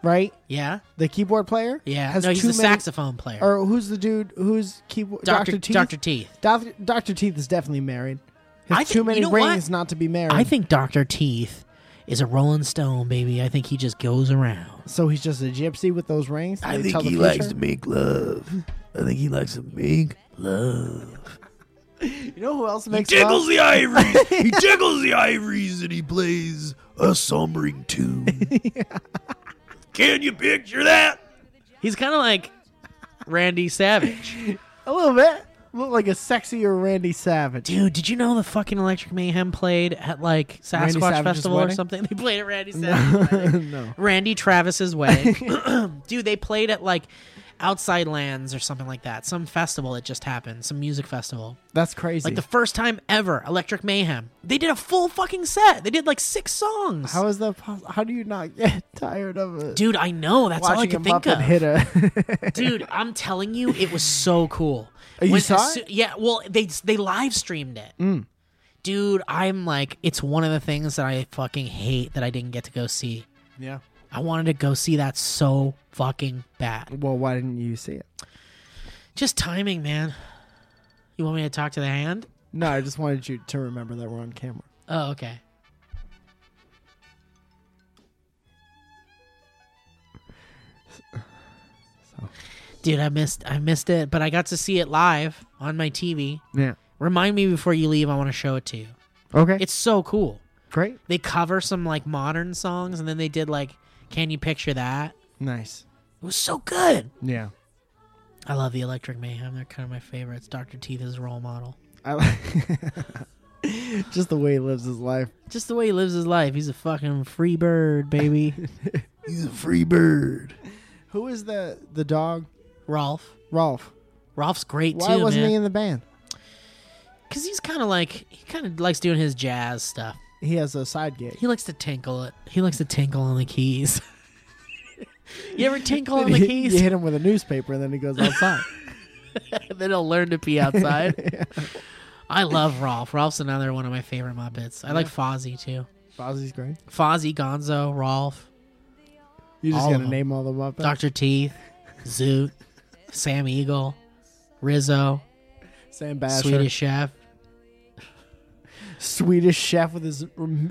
right?
Yeah?
The keyboard player.
Yeah.
Has
no, he's
too
a
many- er,
saxophone player.
Or who's the dude? Who's keyboard?
Dr.
Teeth.
Dr. Teeth.
Doctor Doctor Teeth is definitely married. Has
I thi-
too many
you know
rings
what?
not to be married.
I think Dr. Teeth is a Rolling Stone, baby. I think he just goes around.
so. He's just a gypsy with those rings.
I
They
think
tell the
he likes to
future?
make love. I think he likes to make love.
You know who else makes
Tickles
love?
the ivories. he tickles the ivories and he plays a sombering tune. Can you picture that?
He's kind of like Randy Savage.
A little bit. Look like a sexier Randy Savage.
Dude, did you know the fucking Electric Mayhem played at like
Randy
Sasquatch
Savage's
Festival or
wedding?
something? They played at Randy Savage's wedding.
no.
Randy Travis's wedding. Dude, they played at like Outside Lands or something like that. Some festival that just happened, some music festival.
That's crazy.
Like the first time ever, Electric Mayhem. They did a full fucking set. They did like six songs.
how is that possible? How do you not get tired of it?
Dude, I know. That's all I
Watching
could
a
think
Muppet
of.
hit a.
Dude, I'm telling you, it was so cool.
Oh, You saw
as soo-
it? Mm.
Yeah, well, they they live streamed it. Dude, I'm like, it's one of the things that I fucking hate that I didn't get to go see.
yeah.
I wanted to go see that so fucking bad.
Well, why didn't you see it?
Just timing, man. You want me to talk to the hand?
No, I just wanted you to remember that we're on camera.
Oh, okay. Dude, I missed I missed it, but I got to see it live on my TV.
Yeah.
Remind me before you leave. I want to show it to you.
Okay.
It's so cool.
great.
They cover some like modern songs, and then they did like, "Can you picture that?"
Nice.
It was so good.
Yeah.
I love the Electric Mayhem. They're kind of my favorites. Dr. Teeth is a role model.
I li- just the way he lives his life.
Just the way he lives his life. He's a fucking free bird, baby.
He's a free bird.
Who is the the dog?
Rolf.
Rolf.
Rolf's great
Why
too,
wasn't
man.
he in the band?
Cause he's kind of like he kind of likes doing his jazz stuff.
He has a side gig.
He likes to tinkle it. He likes to tinkle on the keys. you ever tinkle on the keys?
You hit him with a newspaper and then he goes outside.
then he'll learn to pee outside. I love Rolf. Rolf's another one of my favorite Muppets. I like Fozzie too.
Fozzie's great.
Fozzie, Gonzo, Rolf,
You just
All of
gotta
them.
name all the Muppets.
Doctor Teeth, Zoot, Sam Eagle, Rizzo,
Sam Basher.
Swedish
Swedish.
Chef.
chef with his um,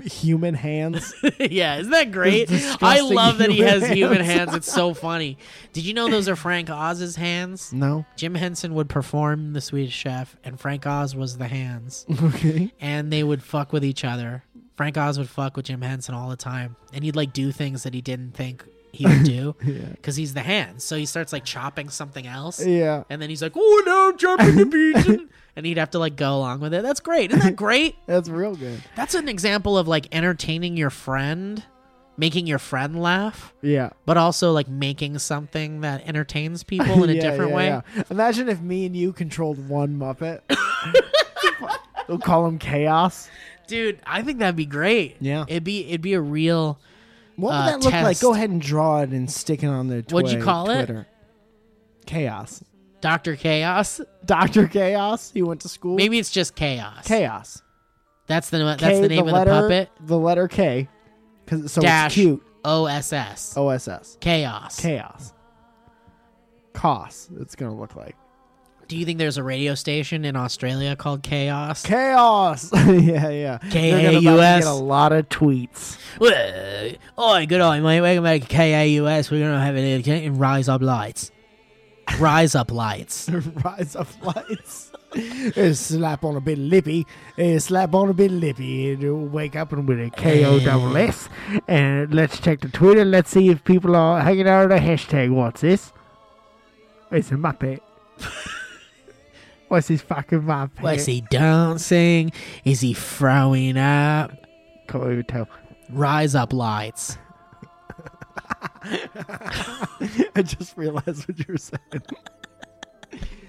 human hands.
yeah, isn't that great?
Those disgusting
I love that he
human
has human
hands.
hands. It's so funny. Did you know those are Frank Oz's hands?
no.
Jim Henson would perform the Swedish Chef, and Frank Oz was the hands.
Okay.
and they would fuck with each other. Frank Oz would fuck with Jim Henson all the time, and he'd like do things that he didn't think he would do because he's the hand. So he starts like chopping something else,
Yeah.
and then he's like, "Oh no, I'm chopping the pigeon," and he'd have to like go along with it. That's great, isn't that great?
That's real good.
That's an example of like entertaining your friend, making your friend laugh,
Yeah.
but also like making something that entertains people in a
Yeah,
different
yeah,
way.
yeah. Imagine if me and you controlled one Muppet. we'll call him Chaos.
Dude, I think that'd be great.
Yeah.
it'd be it'd be a real.
What would
uh,
that look like?
test.
Go ahead and draw it and stick it on the twi-
What'd you call it?
Twitter. Chaos.
Dr. Chaos.
Dr. Chaos. He went to school.
Maybe it's just chaos.
Chaos.
That's the that's
K,
the name of
letter,
the puppet.
The letter K. 'Cause- so
Dash
it's cute. Oh.
OSS.
OSS.
Chaos.
Chaos. Cos. It's going to look like.
Do you think there's a radio station in Australia called Chaos?
Chaos. yeah, yeah. They're gonna about to
K-A-U-S.
Get a lot of tweets.
Well, Oi, good eye, mate. Welcome back to KAUS. We're gonna have it here in Rise Up Lights. Rise Up Lights.
Rise of lights. Eh, slap on a bit of lippy. eh, slap on a bit of lippy. And it'll wake up and with a K O double S. And let's check the Twitter. Let's see if people are hanging out with the hashtag. What's this? It's a Muppet. What's this fucking Muppet?
Well, Is he dancing? Is he throwing up?
Can't even tell.
Rise Up Lights.
I just realized what you were saying.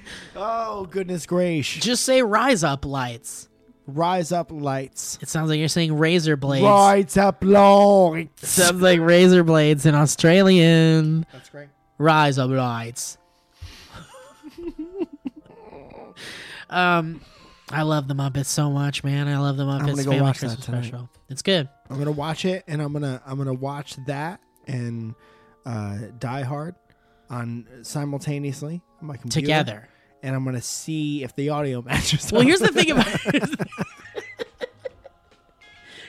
oh, goodness gracious.
Just say rise up lights.
Rise up lights.
It sounds like you're saying razor blades.
Rise up lights.
Sounds like razor blades in Australian.
That's great.
Rise up lights. um, I love the Muppets so much, man. I love the Muppets
gonna go
Family
watch that
Christmas
tonight.
special. It's good.
I'm gonna watch it, and I'm gonna I'm gonna watch that and uh, Die Hard on simultaneously on my computer
Together.
and I'm gonna see if the audio matches.
Well,
up.
here's the thing about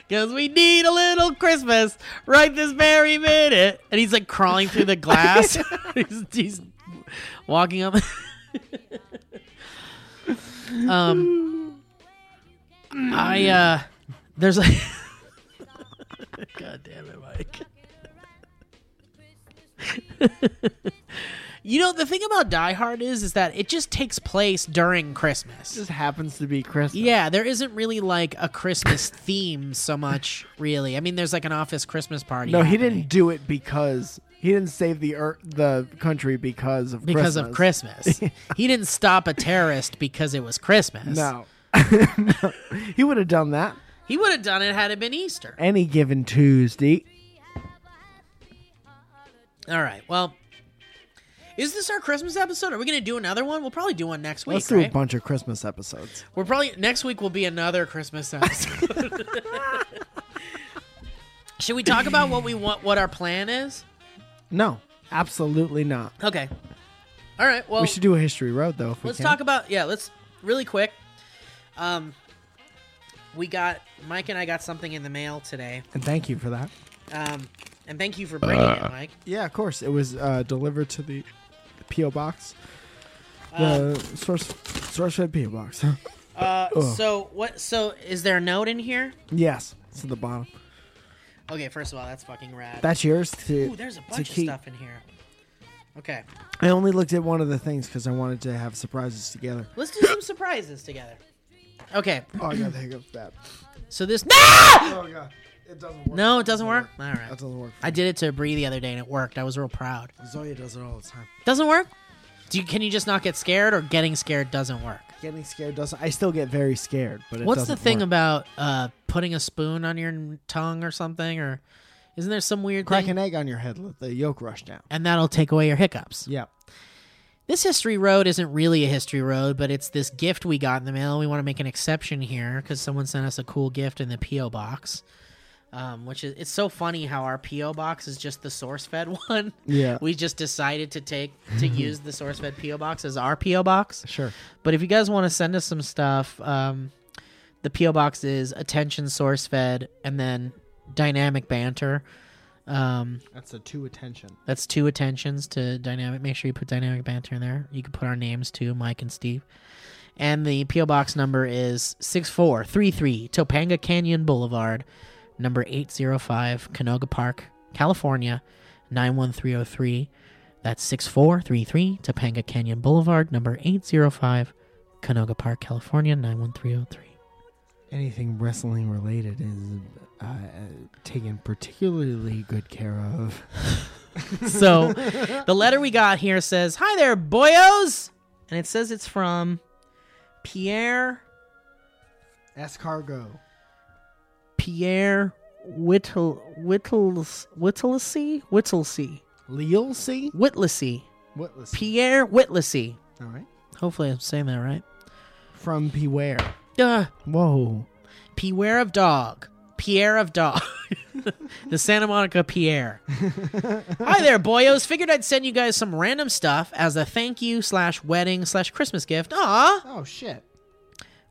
Because we need a little Christmas right this very minute. And he's like crawling through the glass. he's, he's walking up. um, I, uh, there's a. God damn it, Mike. you know, the thing about Die Hard is, is that it just takes place during Christmas.
just happens to be Christmas.
Yeah, there isn't really like a Christmas theme so much, really. I mean, there's like an office Christmas party.
No, he
happening
didn't do it because he didn't save the earth, the country because of
because of
Christmas.
Christmas. he didn't stop a terrorist because it was Christmas.
No. No. he would have done that
he would have done it had it been Easter.
any given Tuesday.
All right, well, is this our Christmas episode? Are we gonna do another one? We'll probably do one next week.
Let's do a
right?
bunch of Christmas episodes.
We're probably next week will be another Christmas episode. Should we talk about what we want, what our plan is?
No, absolutely not.
Okay. All right. Well,
We should do a history road though. If we
let's
can.
talk about yeah let's really quick um we got mike and i got something in the mail today
And thank you for that.
um and thank you for bringing
Uh.
it mike
Yeah, of course. It was uh, delivered to the PO box. The source source fed PO box. Huh?
uh, so what so is there a note in here
Yes, it's at the bottom.
okay first of all that's fucking rad
That's yours to
Ooh, there's a
to
bunch of
keep.
stuff in here okay
I only looked at one of the things because I wanted to have surprises together.
let's do some surprises together okay
Oh, I got the hiccups bad.
so this no
Oh god, it doesn't work.
no it doesn't work all right
That doesn't work.
i did it to Bree the other day and it worked i was real proud
Zoya does it all the time.
doesn't work do you, can you just not get scared or getting scared doesn't work
Getting scared doesn't. I still get very scared, but it
What's the
doesn't
thing
work.
about uh, putting a spoon on your n- tongue or something? Or isn't there some weird
crack
thing?
an egg on your head? Let the yolk rush down.
And that'll take away your hiccups.
Yeah.
This history road isn't really a history road, but it's this gift we got in the mail. We want to make an exception here because someone sent us a cool gift in the PO box. Um, which is it's so funny how our PO box is just the source fed one.
Yeah.
we just decided to take to use the source fed PO box as our PO box.
Sure.
But if you guys want to send us some stuff, um, the PO box is attention source fed, and then dynamic banter. Um,
That's a two attention.
that's two attentions to dynamic. Make sure you put dynamic banter in there. You can put our names too, Mike and Steve. And the PO box number is six four three three Topanga Canyon Boulevard, number eight zero five, Canoga Park, California, nine one three zero three. That's six four three three Topanga Canyon Boulevard, number eight zero five, Canoga Park, California, nine one three zero three.
Anything wrestling related is uh, uh, taken particularly good care of.
So the letter we got here says, Hi there, boyos! And it says it's from Pierre
Escargo.
Pierre Whittle Whittles Whittlesey? Whittlesey.
Leal C?
Whitlesey.
What was
Pierre Whitlesey.
All right.
Hopefully I'm saying that right.
From Beware.
Duh.
Whoa.
Beware of dog. Pierre of dog. the Santa Monica Pierre. Hi there, boyos. Figured I'd send you guys some random stuff as a thank you slash wedding slash Christmas gift. Aw.
Oh, shit.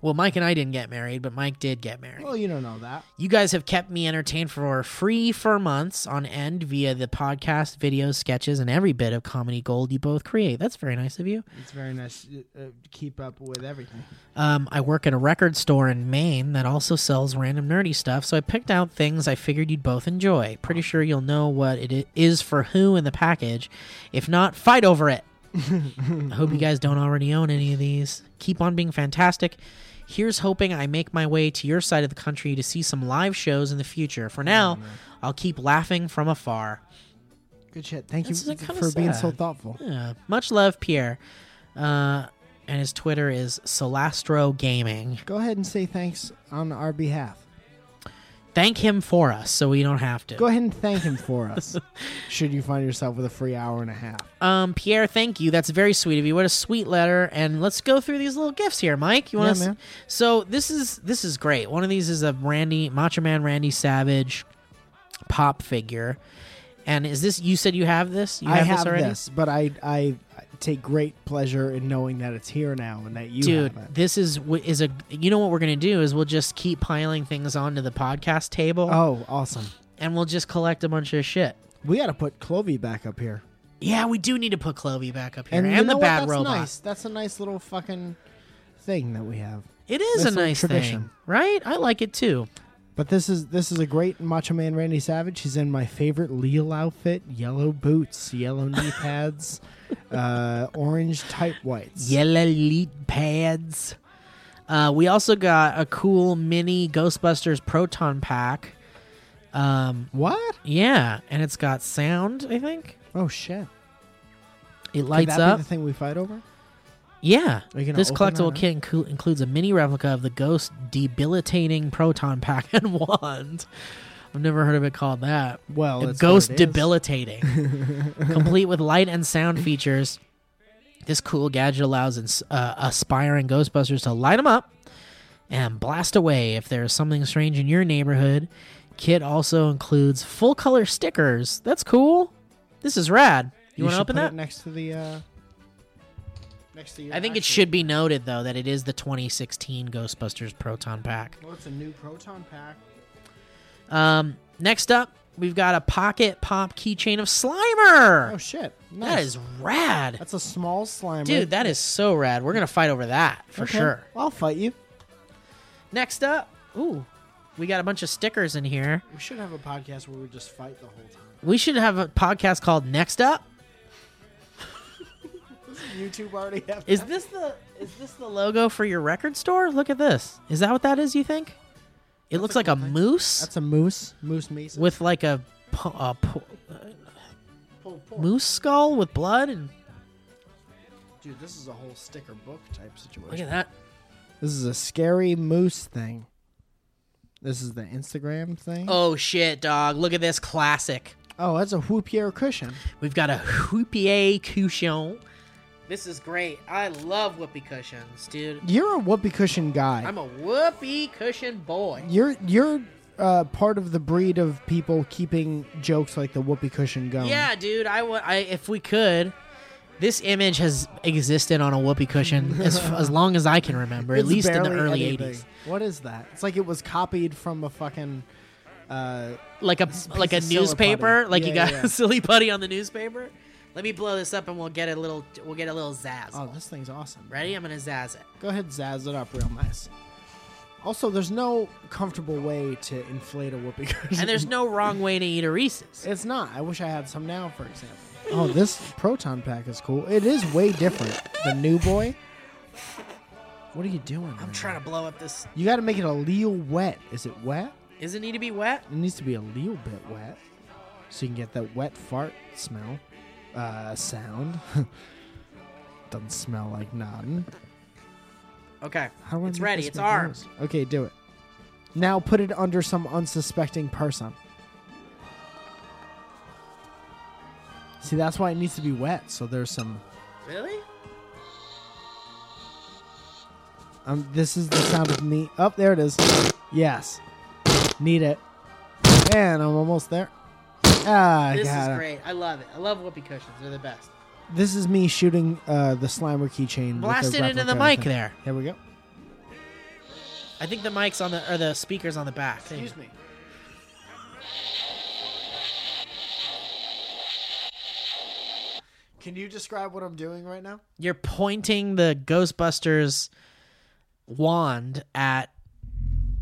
Well, Mike and I didn't get married, but Mike did get married.
Well, you don't know that.
You guys have kept me entertained for free for months on end via the podcast, videos, sketches, and every bit of comedy gold you both create. That's very nice of you.
It's very nice uh, uh, to keep up with everything.
Um, I work at a record store in Maine that also sells random nerdy stuff, so I picked out things I figured you'd both enjoy. Pretty sure you'll know what it i- is for who in the package. If not, fight over it. I hope you guys don't already own any of these. Keep on being fantastic. Here's hoping I make my way to your side of the country to see some live shows in the future. For now, I'll keep laughing from afar.
Good shit. Thank you
That's, like, kinda
for being so
sad.
thoughtful.
Yeah. Much love, Pierre. Uh, and his Twitter is Solastro Gaming.
Go ahead and say thanks on our behalf.
Thank him for us so we don't have to.
Go ahead and thank him for us. should you find yourself with a free hour and a half.
Um, Pierre, thank you. That's very sweet of you. What a sweet letter. And let's go through these little gifts here, Mike. You want
Yeah,
to?
man.
So this is this is great. One of these is a Randy Macho Man Randy Savage pop figure. And is this? You said you have this. You
I
have,
have
this already,
but I I take great pleasure in knowing that it's here now and that you
dude.
have it.
This is w- is a. You know what we're gonna do is we'll just keep piling things onto the podcast table,
Oh, awesome.
and we'll just collect a bunch of shit.
We got to put Clovey back up here.
Yeah, we do need to put Clovey back up here
And,
and,
you know
the
what?
bad
That's
robot.
Nice. That's a nice little fucking thing that we have.
It is
Nice
a
little
nice thing,
tradition.
right? I like it too.
But this is this is a great Macho Man Randy Savage. He's in my favorite Leal outfit: yellow boots, yellow knee pads, uh, orange tight whites.
yellow elite pads. Uh, we also got a cool mini Ghostbusters proton pack. Um,
What?
yeah, and it's got sound. I think
Oh shit!
it
Could
lights
that
up.
be the thing we fight over?
yeah,
Are you gonna
this
open that
collectible
up?
kit inclu- includes a mini replica of the Ghost debilitating proton pack and wand. I've never heard of it called that.
Well,
A
it's
ghost
what it is.
debilitating, complete with light and sound features. This cool gadget allows ins- uh, aspiring Ghostbusters to light them up and blast away if there is something strange in your neighborhood. Kit also includes full color stickers. That's cool. This is rad. You, want to
should
open
put
that?
it next to the? Uh, next to your.
I think it
actual-
should be noted though that it is the 2016 Ghostbusters Proton Pack.
Well, it's a new proton pack.
Um, next up, we've got a pocket pop keychain of Slimer.
Oh shit! Nice.
that is rad.
That's a small slimer,
Dude, that is so rad. We're gonna fight over that for
Okay,
sure.
I'll fight you.
Next up, ooh, we got a bunch of stickers in here.
We should have a podcast where we just fight the whole time.
We should have a podcast called Next Up.
YouTube already have.
Is this the is this the logo for your record store? Look at this. Is that what that is? You think? It looks like a moose
That's a moose. Moose meat.
with like a, pu- a pu- uh, moose skull with blood and
Dude, this is a whole sticker book type situation.
look at that.
This is a scary moose thing. This is the Instagram thing.
Oh shit, dog! Look at this classic.
Oh, that's a whoopier cushion.
We've got a Whoopier cushion. This is great. I love whoopee cushions, dude.
You're a whoopee cushion guy.
I'm a whoopee cushion boy.
you're you're uh, part of the breed of people keeping jokes like the whoopee cushion going.
Yeah, dude. I would. I if we could. This image has existed on a whoopee cushion as as long as I can remember, at
It's
least in the
barely
early
anything.
'80s.
What is that? It's like it was copied from a fucking. Uh,
Like a
a
like a
piece of silly
newspaper.
putty.
Like you
Yeah,
got
yeah, yeah.
silly putty on the newspaper. Let me blow this up and we'll get a little we'll get a little zazz.
oh, this thing's awesome.
Ready? I'm gonna zazz it.
Go ahead, zazz it up real nice. Also, there's no comfortable way to inflate a whoopee cushion.
And there's no wrong way to eat a Reese's.
It's not. I wish I had some now, for example. Oh, this proton pack is cool. It is way different. The new boy. What are you doing?
I'm trying to blow up this.
You got to make it a little wet. Is it wet?
Does it need to be wet?
It needs to be a little bit wet, so you can get that wet fart smell, uh, sound. Doesn't smell like nothing.
Okay.
How do I
it's
make
ready.
this
It's
make
armed.
noise? Okay, do it. Now put it under some unsuspecting person. See, that's why it needs to be wet. So there's some.
Really?
Um, this is the sound of me. Up there it is. Yes. Need it. And I'm almost there. Ah,
This
God.
is great. I love it. I love whoopee cushions. They're the best.
This is me shooting uh, the Slimer keychain.
Blast
with the
it into
replica
the
of
mic
thing.
there.
Here we go.
I think the mic's on the or the speakers on the back.
Excuse me. Can you describe what I'm doing right now?
You're pointing the Ghostbusters wand at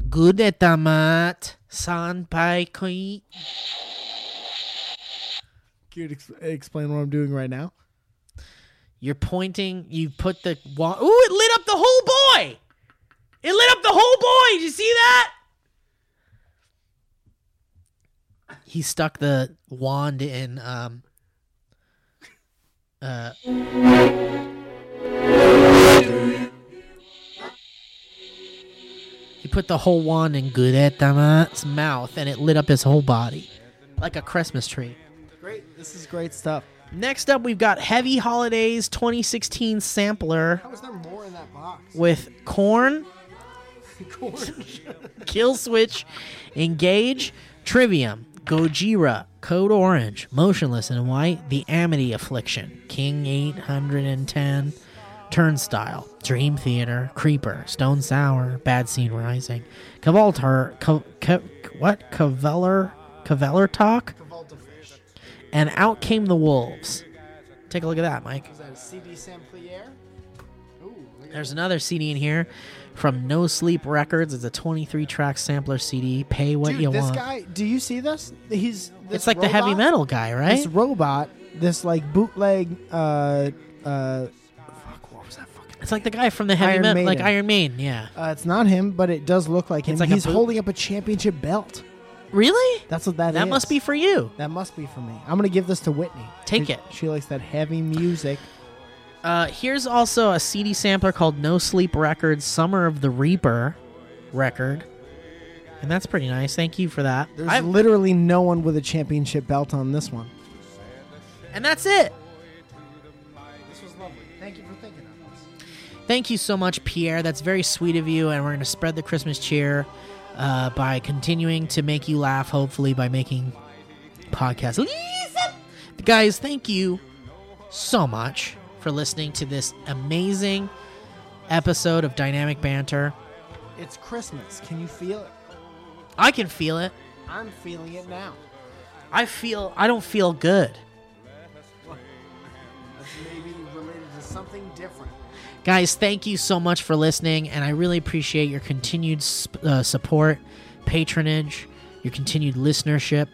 Gudetamat Sanpai Kui.
Can you ex- explain what I'm doing right now?
You're pointing. You put the wand. Ooh! It lit up the whole boy. It lit up the whole boy. Did you see that? He stuck the wand in um, uh, He put the whole wand in Guretama's mouth and it lit up his whole body like a Christmas tree.
Great. This is great stuff.
Next up, we've got Heavy Holidays 2016 sampler
How is there more in that box?
with Corn, Kill Switch, Engage, Trivium, Gojira, Code Orange, Motionless in White, The Amity Affliction, King 810, Turnstile, Dream Theater, Creeper, Stone Sour, Bad Scene Rising, Cavalter, Cav- Cav- what? Caveller, Caveller Talk, and Out Came the Wolves. Take a look at that, Mike.
Is that a CD samplier?
There's another CD in here from No Sleep Records. It's a 23 track sampler CD. Pay what
Dude,
you
this
want.
guy. Do you see this? He's. This
it's like the heavy
robot-
metal guy, right?
This robot. This like bootleg. Uh. Uh. Fuck. What was that fucking?
It's like the guy from the heavy
Iron
metal, like
Maiden.
Iron Maiden. Yeah.
Uh, it's not him, but it does look like him.
like a
He's
boot-
holding up a championship belt.
Really?
That's what that is.
That must be for you.
That must be for me. I'm gonna give this to Whitney.
Take
She-
it.
She likes that heavy music.
Uh, here's also a CD sampler called No Sleep Records Summer of the Reaper record. And that's pretty nice. Thank you for that.
There's
I-
literally no one with a championship belt on this one.
and that's it.
This was lovely. Thank you for thinking of us.
Thank you so much, Pierre. That's very sweet of you, and we're going to spread the Christmas cheer uh, by continuing to make you laugh, hopefully, by making podcasts. Listen! Guys, thank you so much for listening to this amazing episode of Dynamic Banter.
It's Christmas. Can you feel it?
I can feel it.
I'm feeling it now.
I feel, I don't feel good.
That's maybe related to something different.
Guys, thank you so much for listening, and I really appreciate your continued sp- uh, support, patronage, your continued listenership.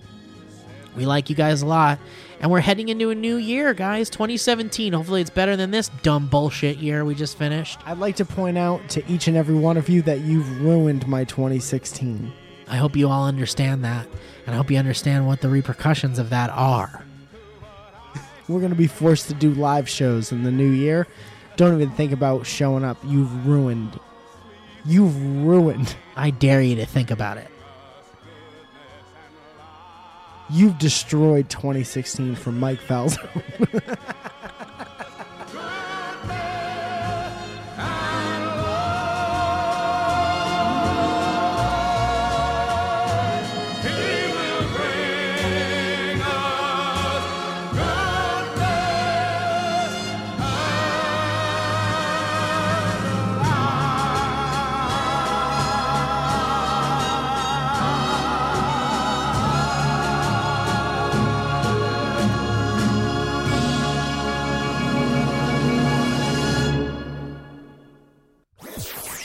We like you guys a lot, and we're heading into a new year, guys. 2017. Hopefully, it's better than this dumb bullshit year we just finished.
I'd like to point out to each and every one of you that you've ruined my 2016.
I hope you all understand that, and I hope you understand what the repercussions of that are.
We're going to be forced to do live shows in the new year. Don't even think about showing up. You've ruined. You've ruined.
I dare you to think about it.
You've destroyed 2016 for Mike Falzo.